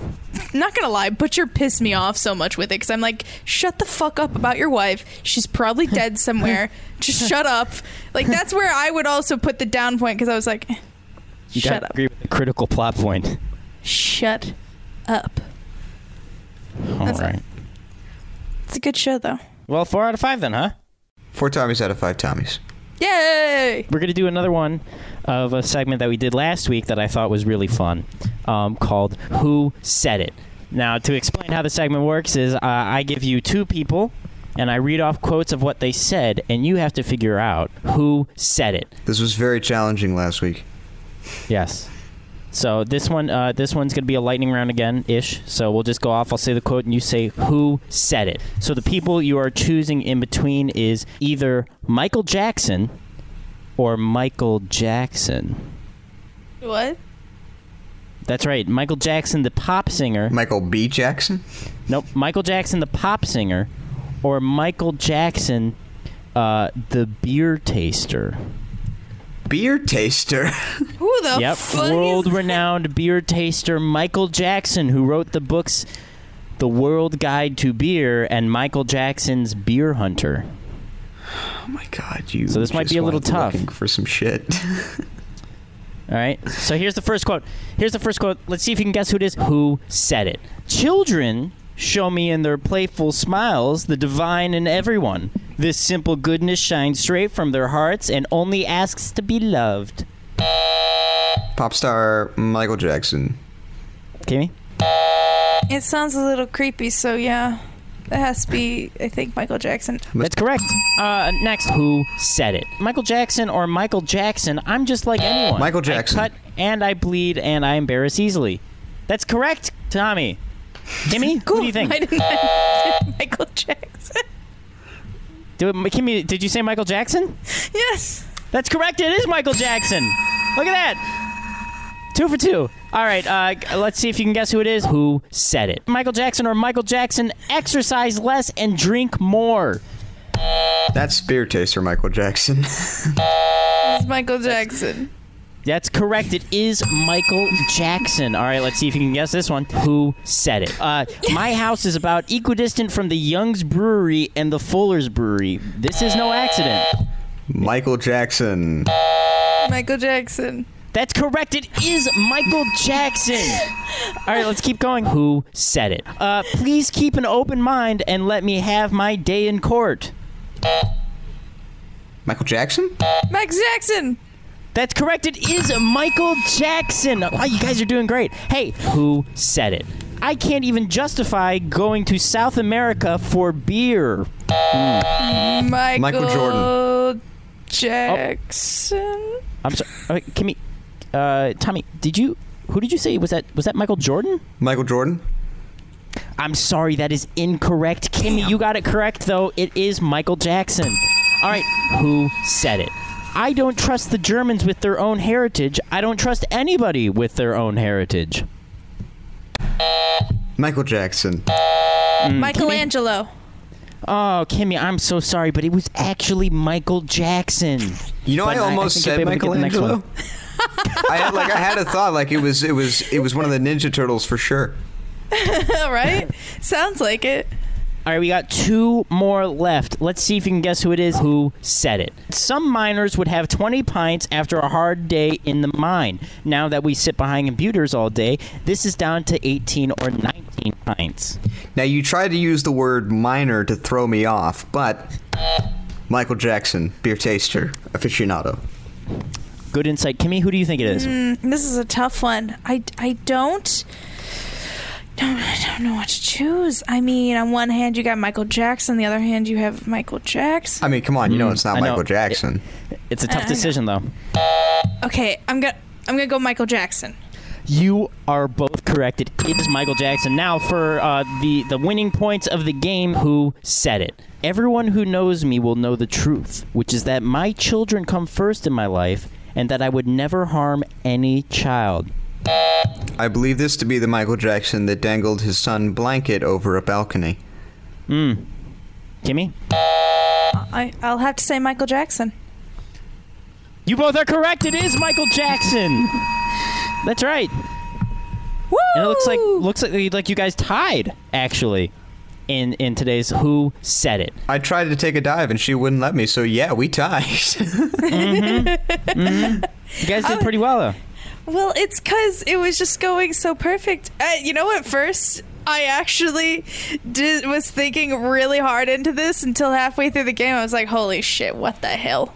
not gonna lie, Butcher pissed me off so much with it because I'm like, shut the fuck up about your wife. She's probably <laughs> dead somewhere. just shut up. Like that's where I would also put the down point because I was like, eh, You Shut gotta up. agree with the critical plot point. shut up. All That's- right. It's a good show though. Well, four out of five then, huh? Four Tommies out of five Tommies. Yay! We're going to do another one of a segment that we did last week that I thought was really fun um, called Who Said It. Now, to explain how the segment works, is uh, I give you two people and I read off quotes of what they said, and you have to figure out who said it. This was very challenging last week. Yes. So this one, uh, this one's gonna be a lightning round again, ish. So we'll just go off. I'll say the quote, and you say who said it. So the people you are choosing in between is either Michael Jackson or Michael Jackson. What? That's right, Michael Jackson, the pop singer. Michael B. Jackson. Nope, Michael Jackson, the pop singer, or Michael Jackson, uh, the beer taster. Beer taster. <laughs> Who the yep, fuck is <laughs> world-renowned beer taster Michael Jackson, who wrote the books "The World Guide to Beer" and Michael Jackson's Beer Hunter. Oh my God, you. So this might just be a little went tough. looking for some shit. <laughs> All right. So here's the first quote. Here's the first quote. Let's see if you can guess who it is. Who said it? Children show me in their playful smiles the divine in everyone. This simple goodness shines straight from their hearts and only asks to be loved. Pop star Michael Jackson. Kimmy? It sounds a little creepy, so yeah. That has to be, I think, Michael Jackson. That's correct. Uh, next, who said it? Michael Jackson or Michael Jackson? I'm just like anyone. Michael I Jackson. cut and I bleed and I embarrass easily. That's correct, Tommy. Kimmy, <laughs> what do you think? I didn't have <laughs> Michael Jackson. <laughs> Do, Kimmy, did you say Michael Jackson? Yes. That's correct. It is Michael Jackson. Look at that. Two for two. All right, uh, g- let's see if you can guess who it is. Who said it? Michael Jackson or Michael Jackson? Exercise less and drink more. That's beer taster Michael Jackson. <laughs> It's Michael Jackson. That's correct. It is Michael Jackson. All right, let's see if you can guess this one. Who said it? Uh, my house is about equidistant from the Young's Brewery and the Fuller's Brewery. This is no accident. Michael Jackson. Michael Jackson. That's correct. It is Michael Jackson. All right, let's keep going. Who said it? Uh, please keep an open mind and let me have my day in court. Michael Jackson. Max Jackson. That's correct. It is Michael Jackson. Wow, you guys are doing great. Hey, who said it? I can't even justify going to South America for beer. Michael, Oh. Jordan. Jackson. I'm sorry. Kimmy, uh, Tommy, did you Who did you say was that? Was that Michael Jordan? Michael Jordan. I'm sorry, that is incorrect, Kimmy. You got it correct though. It is Michael Jackson. All right, who said it? I don't trust the Germans with their own heritage. I don't trust anybody with their own heritage. Michael Jackson. Mm. Michelangelo. <laughs> Oh, Kimmy, I'm so sorry, but it was actually Michael Jackson. You know, But I almost think said I'll be able to get the next Michelangelo. one. <laughs> I had like I had a thought like it was it was it was one of the Ninja Turtles for sure. <laughs> right? Sounds like it. All right, we got two more left. Let's see if you can guess who it is who said it. Some miners would have 20 pints after a hard day in the mine. Now that we sit behind computers all day, this is down to 18 or 19 pints. Now you tried to use the word minor to throw me off, but Michael Jackson, beer taster, aficionado. Good insight, Kimmy. Who do you think it is? Mm, this is a tough one. I, I don't. Don't, I don't know what to choose. I mean, on one hand you got Michael Jackson, the other hand you have Michael Jackson. Mm, I mean, come on, you know it's not I know. Michael Jackson. It's a I tough know. decision, though. Okay, I'm gonna I'm gonna go Michael Jackson. You are both correct. It is Michael Jackson. Now for uh, the the winning points of the game. Who said it? Everyone who knows me will know the truth, which is that my children come first in my life, and that I would never harm any child. I believe this to be the Michael Jackson that dangled his son blanket over a balcony. Hmm. Kimmy, I I'll have to say Michael Jackson. you both are correct. It is Michael Jackson. <laughs> That's right. Woo! And it looks like looks like like you guys tied actually in in today's who said it. I tried to take a dive and she wouldn't let me, so yeah, we tied. <laughs> You guys did pretty well though. Well, it's because it was just going so perfect. Uh, you know, at first, I actually did, was thinking really hard into this until halfway through the game. I was like, holy shit, what the hell?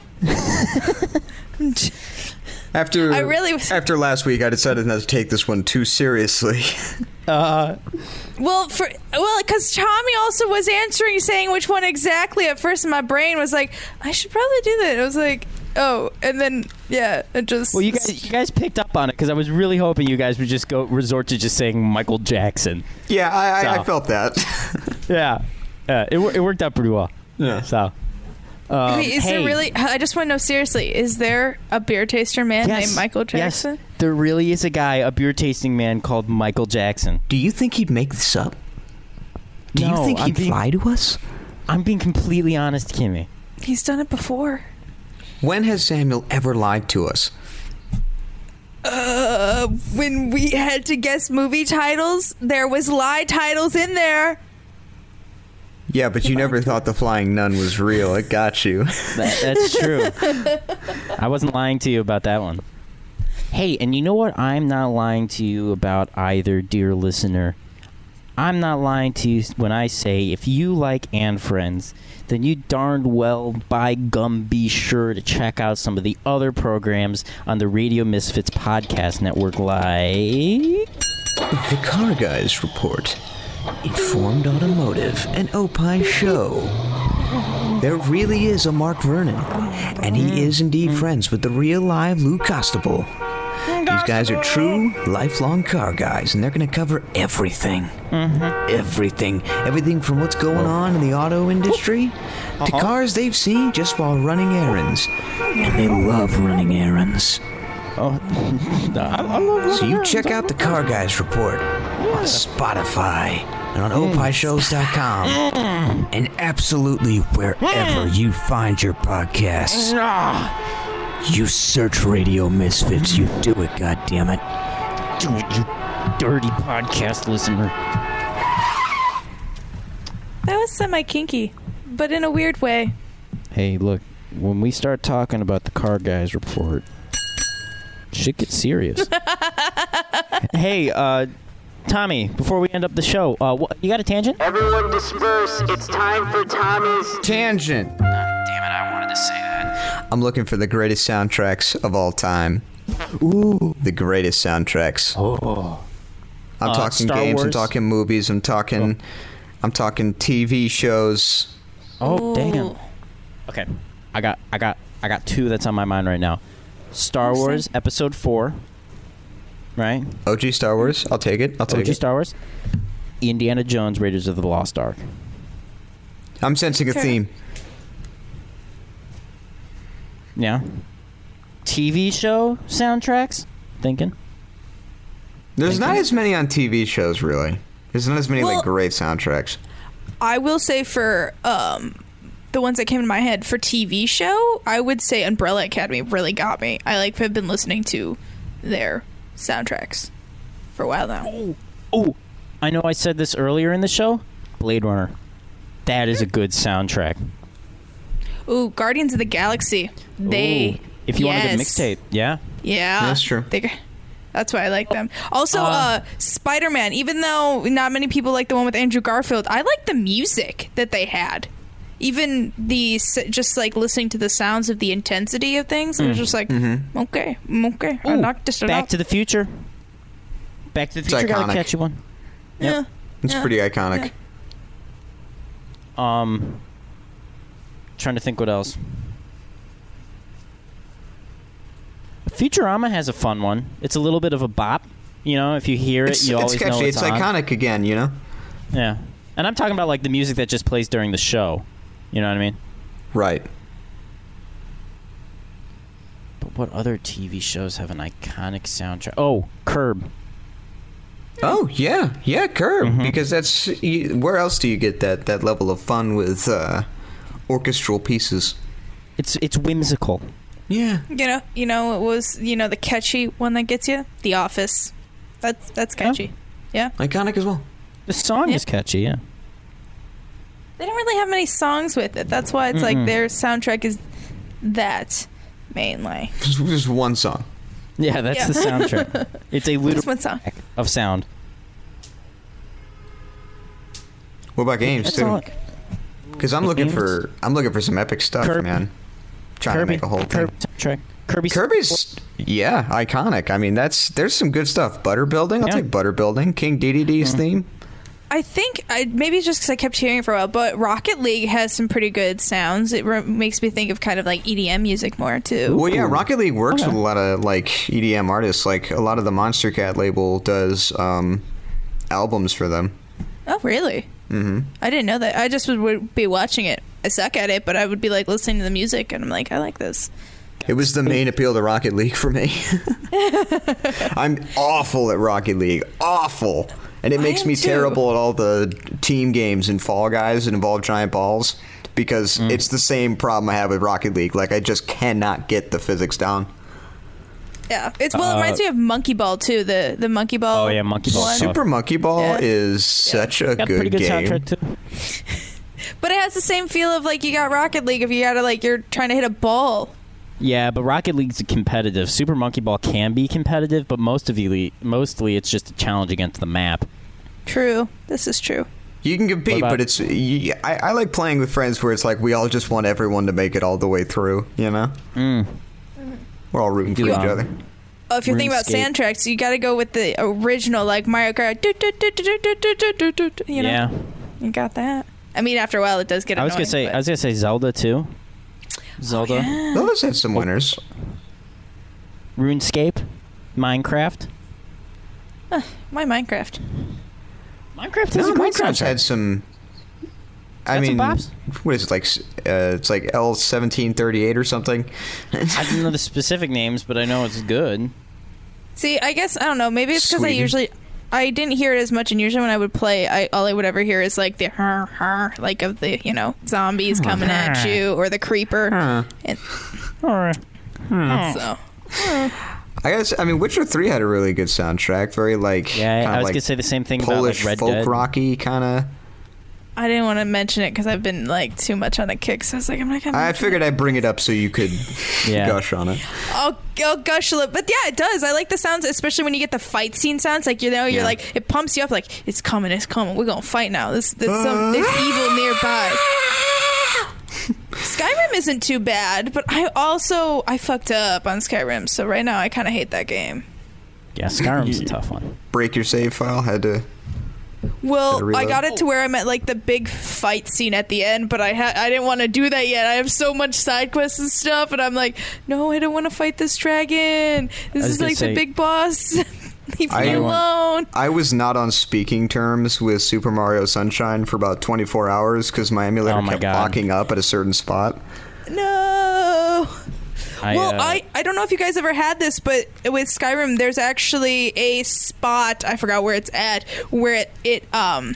after I really was- after last week, I decided not to take this one too seriously. <laughs> Uh, Well, for well, because Tommy also was answering, saying which one exactly. At first, and my brain was like, I should probably do that. I was like, oh, and then yeah, it just Well, you guys, you guys picked up on it because I was really hoping you guys would just go resort to just saying Michael Jackson. yeah, I, I, I So. felt that. Yeah, yeah, Uh, it, wor- it worked out pretty well. Yeah. So, um, Wait, is hey, there really? I just want to know seriously. Is there a beer taster man Yes, named Michael Jackson? Yes, there really is a guy, a beer tasting man called Michael Jackson. <laughs> Do you think he'd make this up? Do No, you think I'm he'd being- lie to us? I'm being completely honest, Kimmy. He's done it before. When has Samuel ever lied to us? Uh, when we had to guess movie titles, there was lie titles in there. Yeah, but you never thought the flying nun was real. It got you. <laughs> That, that's true. I wasn't lying to you about that one. Hey, and you know what? I'm not lying to you about either, dear listener. I'm not lying to you when I say if you like and friends, then you darned well by gum be sure to check out some of the other programs on the Radio Misfits Podcast Network like The Car Guys Report, Informed Automotive, and Opie Show. There really is a Mark Vernon, and he is indeed friends with the real live Lou Costable. These guys are true, lifelong car guys, and they're going to cover everything. Everything. Everything from what's going on in the auto industry to cars they've seen just while running errands. And they love running errands. So you check out the Car Guys Report on Spotify and on opishows.com and absolutely wherever you find your podcasts. ah, You search Radio Misfits. You do it, goddammit. Do it, you dirty podcast listener. That was semi kinky, but in a weird way. Hey, look, when we start talking about the car guys report, shit gets serious. hey, uh, Tommy, before we end up the show, uh, wha you got a tangent? Everyone disperse. It's time for Tommy's. Tangent. Damn it, I wanted to say that. I'm looking for the greatest soundtracks of all time. Ooh. The greatest soundtracks. Oh. I'm Uh, talking Star games, I'm Wars? talking movies, I'm talking I'm talking TV shows. Oh, damn. Okay, I got, I got, I got two that's on my mind right now. Star Wars Episode Four, right? OG Star Wars. I'll take it. I'll take OG it. Star Wars. Indiana Jones, Raiders of the Lost Ark. I'm sensing a Okay. theme. Yeah. TV show soundtracks? Thinking. There's not as many on TV shows, really. There's not as many Well- like great soundtracks. I will say for um the ones that came to my head for TV show, I would say Umbrella Academy really got me. I like have been listening to their soundtracks for a while now. Oh, I know I said this earlier in the show. Blade Runner. That is a good soundtrack. Ooh, Guardians of the Galaxy. They Ooh, if you want a good yes. mixtape, yeah. Yeah. That's true. They- that's why I like them. Also, uh, Spider Man, even though not many people like the one with Andrew Garfield, I like the music that they had. Even the s- just like listening to the sounds of the intensity of things, it was Mm. just like, Mhm. okay, mm, okay, I knocked this one Back out. to the Future. Back to the It's Future got iconic. a catchy one. Yeah. It's Yeah. pretty iconic. Um, trying to think what else. Futurama has a fun one. It's a little bit of a bop. You know, if you hear it, It's, you it's always know catchy. it's, It's, on. iconic again, you know. Yeah, and I'm talking about like the music that just plays during the show. You know what I mean? Right. But what other TV shows have an iconic soundtrack? Oh, Curb. Oh yeah, yeah, Curb. Mm-hmm. Because that's you, where else do you get that that level of fun with uh, orchestral pieces? It's it's whimsical. Yeah. You know, you know, it was you know the catchy one that gets you, The Office. That's that's catchy. Yeah, Iconic as well. The song is catchy. Yeah. they don't really have many songs with it. That's why it's Mm-mm. like their soundtrack is that mainly. Just, just one song. Yeah, that's Yeah. the <laughs> soundtrack. it's a Just one ludicrous song. of sound. What about games That's too? all- Because I'm looking for I'm looking for some epic stuff, man. Trying Kirby- to make a whole Kirby thing. soundtrack. Kirby. Kirby's yeah, iconic. I mean, that's there's some good stuff. Butter building, I'll take butter building. King DDD's theme. I think I maybe it's just because I kept hearing it for a while, but Rocket League has some pretty good sounds. It re- makes me think of kind of like EDM music more too. Well, yeah, Rocket League works Okay. with a lot of like EDM artists. Like a lot of the Monster Cat label does um, albums for them. Oh, really? hmm I didn't know that. I just would, would be watching it. I suck at it, but I would be like listening to the music, and I'm like, I like this. It was the main appeal to Rocket League for me. <laughs> I'm awful at Rocket League, awful, and it makes am me too. terrible at all the team games and Fall Guys that involve giant balls because Mm. it's the same problem I have with Rocket League. Like I just cannot get the physics down. Yeah, it's well, Uh, it reminds me of Monkey Ball too. The the Monkey Ball. Oh yeah, Monkey Ball. one. Super Monkey Ball Yeah. is such a Got a good, pretty good game. soundtrack too. But it has the same feel of like you got Rocket League if you gotta like you're trying to hit a ball. Yeah, but Rocket League's competitive. Super Monkey Ball can be competitive, but most of the mostly it's just a challenge against the map. True, this is true. You can What compete, about- but it's you, I, I like playing with friends where it's like we all just want everyone to make it all the way through. You know, mm. we're all rooting for each Yeah. other. Oh, if you're thinking about RuneScape. soundtracks, you got to go with the original, like Mario Kart. Do, do, do, do, do, do, do, do, do, do, you know, yeah, you got that. I mean, after a while, it does get. I was Annoying, Oh, gonna say I was gonna say Zelda too. Zelda. Oh. Those had some winners. RuneScape, Minecraft. Huh, my Minecraft. Minecraft No, Minecraft's had some. I Got some mean, bops. what is it like? s- Uh, it's like L seventeen thirty eight or something. I don't know the specific names, but I know it's good. See, I guess I don't know. Maybe it's because I Sweden. usually I didn't hear it as much, and usually when I would play, I all I would ever hear is like the "Huh, huh," like of the you know zombies coming at you or the creeper. And, So I guess I mean Witcher three had a really good soundtrack. Very like I, kinda I was like gonna say the same thing Polish about like Red folk Dead. rocky kind of. I didn't want to mention it because I've been like too much on the kick. So I was like, I'm not gonna. Mm-hmm. I figured I'd bring it up so you <laughs> could gush on it. I'll, I'll gush a little, but yeah, it does. I like the sounds, especially when you get the fight scene sounds. Like you know, you're Yeah. like it pumps you up. Like it's coming, it's coming. We're gonna fight now. This there's some there's evil nearby. Skyrim isn't too bad, but I also I fucked up on Skyrim, so right now I kind of hate that game. Yeah, Skyrim's a tough one. Break your save file. Had to. Gotta Well, I reload. got it to where I'm at like the big fight scene at the end, but I ha- I didn't want to do that yet. I have so much side quests and stuff, and I'm like, no, I don't want to fight this dragon. This was is gonna like say- the big boss. <laughs> Leave me alone. I was not on speaking terms with Super Mario Sunshine for about 24 hours because my Oh emulator kept locking up at a certain spot. No. I, well, uh, I, I don't know if you guys ever had this, but with Skyrim, there's actually a spot I forgot where it's at where it, it um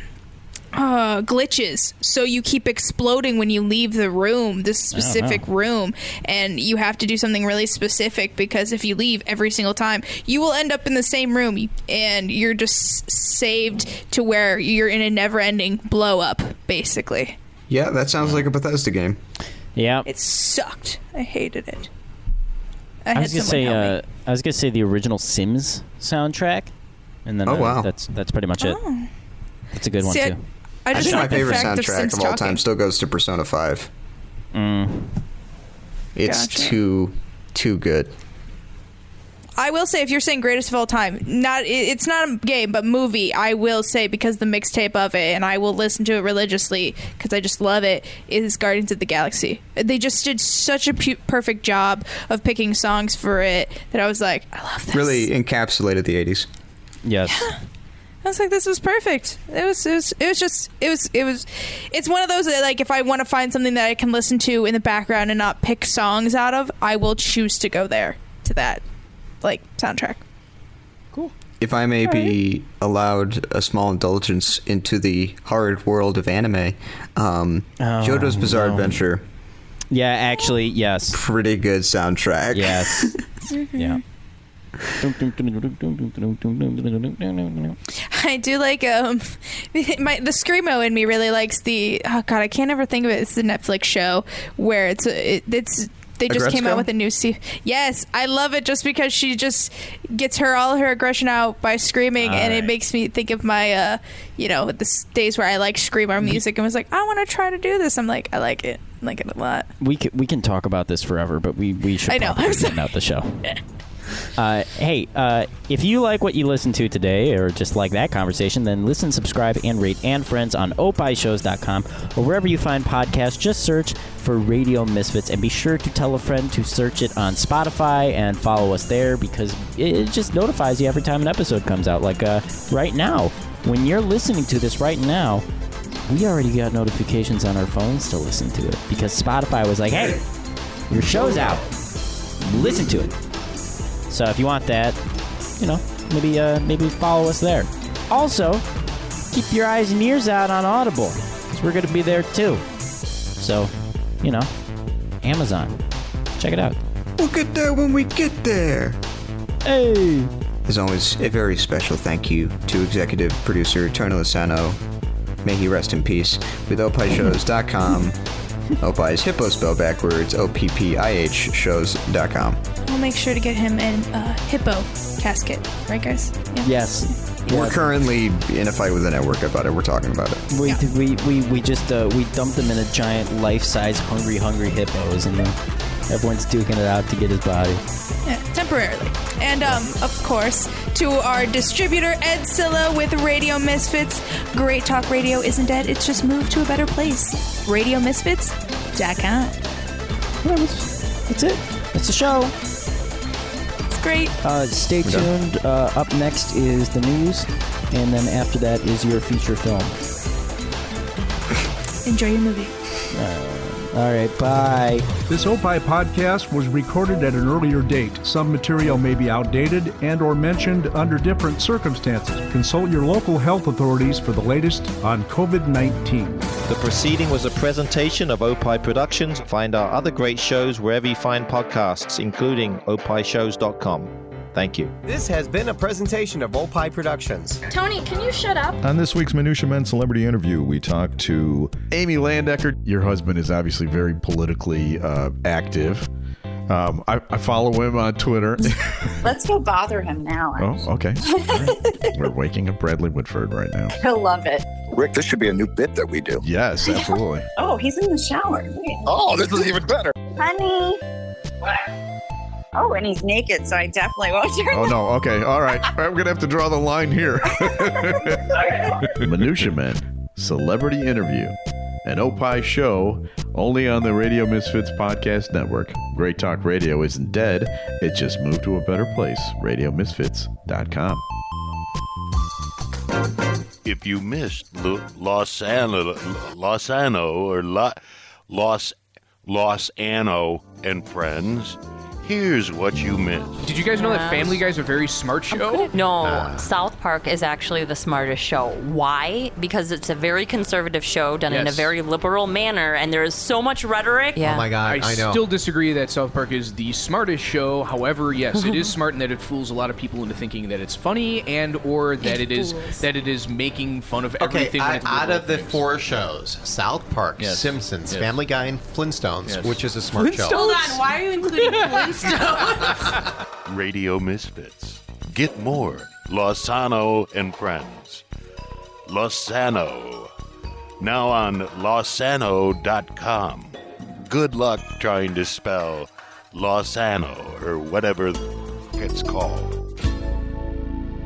uh, glitches, so you keep exploding when you leave the room, this Oh, no. specific room, and you have to do something really specific because if you leave every single time, you will end up in the same room, and you're just saved to where you're in a never-ending blow up, basically. Yeah, that sounds like a Bethesda game. Yeah. It sucked. I hated it. I, I had was gonna someone say, help me. uh, I was gonna say the original Sims soundtrack, and then Oh, uh, wow. that's that's pretty much it. It's a good Oh. See, I- one too. I just think like my the favorite fact of soundtrack Sims of, all talking. time still goes to Persona 5. Mm. It's Gotcha. too too good. I will say, if you're saying greatest of all time, not it- it's not a game, but movie. I will say because the mixtape of it, and I will listen to it religiously because I just love it. Is Guardians of the Galaxy? They just did such a pu- perfect job of picking songs for it that I was like, I love. Really encapsulated the 80s. <laughs> Yes. I was like, this was perfect. It was, it was, it was just, it was, it was. It's one of those that, like, if I want to find something that I can listen to in the background and not pick songs out of, I will choose to go there to that, like, soundtrack. If I may be allowed a small indulgence into the horrid world of anime, um, JoJo's Bizarre no. Adventure. Yeah, actually, yes. Pretty good soundtrack. <laughs> Yes. yeah. <laughs> I do like um, my the screamo in me really likes the oh god I can't ever think of it. It's the Netflix show where it's it, it's they just came Agretzko? out with a new se- Yes, I love it just because she just gets her all her aggression out by screaming, All and right. it makes me think of my uh, you know the s- days where I like scream our music and was like I want to try to do this. I'm like I like it, I like it a lot. We can, we can talk about this forever, but we we should I know, probably I'm end out the show. Uh, hey, uh, if you like what you listen to today, or just like that conversation, then listen, subscribe, and rate and friends on opishows.com or wherever you find podcasts. Just search for Radio Misfits and be sure to tell a friend to search it on Spotify and follow us there because it, it just notifies you every time an episode comes out. Like uh, right now, when you're listening to this right now, we already got notifications on our phones to listen to it because Spotify was like, hey, your show's out. Listen to it. So if you want that, you know, maybe uh, maybe follow us there. Also, keep your eyes and ears out on Audible, 'cause we're going to be there too. So, you know, Amazon, check it out. We'll get there when we get there. Hey. As always, a very special thank you to executive producer Tony Lozano. May he rest in peace. With opishows.com. Opie is hippo spelled backwards. O P P I H shows.com. We'll make sure to get him in a hippo casket, right guys? Yeah. Yes. We're currently in a fight with the network about it. We're talking about it. We, we, we, we just uh, we dumped them in a giant life-size hungry hungry hippos and uh, everyone's duking it out to get his body. Yeah, temporarily. And um, of course, to our distributor Ed Silla with Radio Misfits. Great Talk Radio isn't dead; it's just moved to a better place. RadioMisfits.com. That's it. That's the show. It's great. Uh, stay We're done. tuned. Uh, up next is the news, and then after that is your feature film. Enjoy your movie. Uh, all right, bye. This Opie podcast was recorded at an earlier date. Some material may be outdated and or mentioned under different circumstances. Consult your local health authorities for the latest on COVID-19. The proceeding was a presentation of Opie Productions. Find our other great shows wherever you find podcasts, including opishows.com. Thank you. This has been a presentation of Opie Productions. Tony, can you shut up? On this week's Minutia Men Celebrity Interview, we talked to Amy Landecker, your husband is obviously very politically uh, active. Um, I, I follow him on <laughs> Twitter. Let's go bother him now. oh, okay. We're waking up Bradley Woodford right now. He'll love it. Rick, this should be a new bit that we do. Yes, absolutely. Oh, he's in the shower. Oh, this is even better. Honey. Oh, and he's naked, so I definitely won't turn. Oh no. Okay. All right. I'm gonna have to draw the line <laughs> here. Minutia Men Celebrity Interview, an Opie show only on the Radio Misfits Podcast Network. Great Talk Radio isn't dead; it just moved to a better place. RadioMisfits.com. if you missed Lo- Los Ano, Los Ano or La, Los Los Ano and Friends, here's what you missed. Did you guys know that Family Guy's a very smart show? No, Ah. South Park is actually the smartest show. Why? Because it's a very conservative show done in a Yes. very liberal manner, and there is so much rhetoric. I, still disagree that South Park is the smartest show. However, yes, it is smart in that it fools a lot of people into thinking that it's funny and or that It it is fools. that it is making fun of Okay, everything. when I- it's out liberal of the things. four shows, South Park, Yes. Simpsons, Yes. Family Guy, and Flintstones, which is a smart show. Hold on, why are you including Flintstones? Radio Misfits. Get more Losano and Friends. Losano. Now on losano.com. Good luck trying to spell Losano or whatever it's called.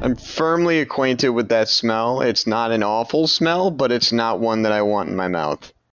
I'm firmly acquainted with that smell. It's not an awful smell, but it's not one that I want in my mouth.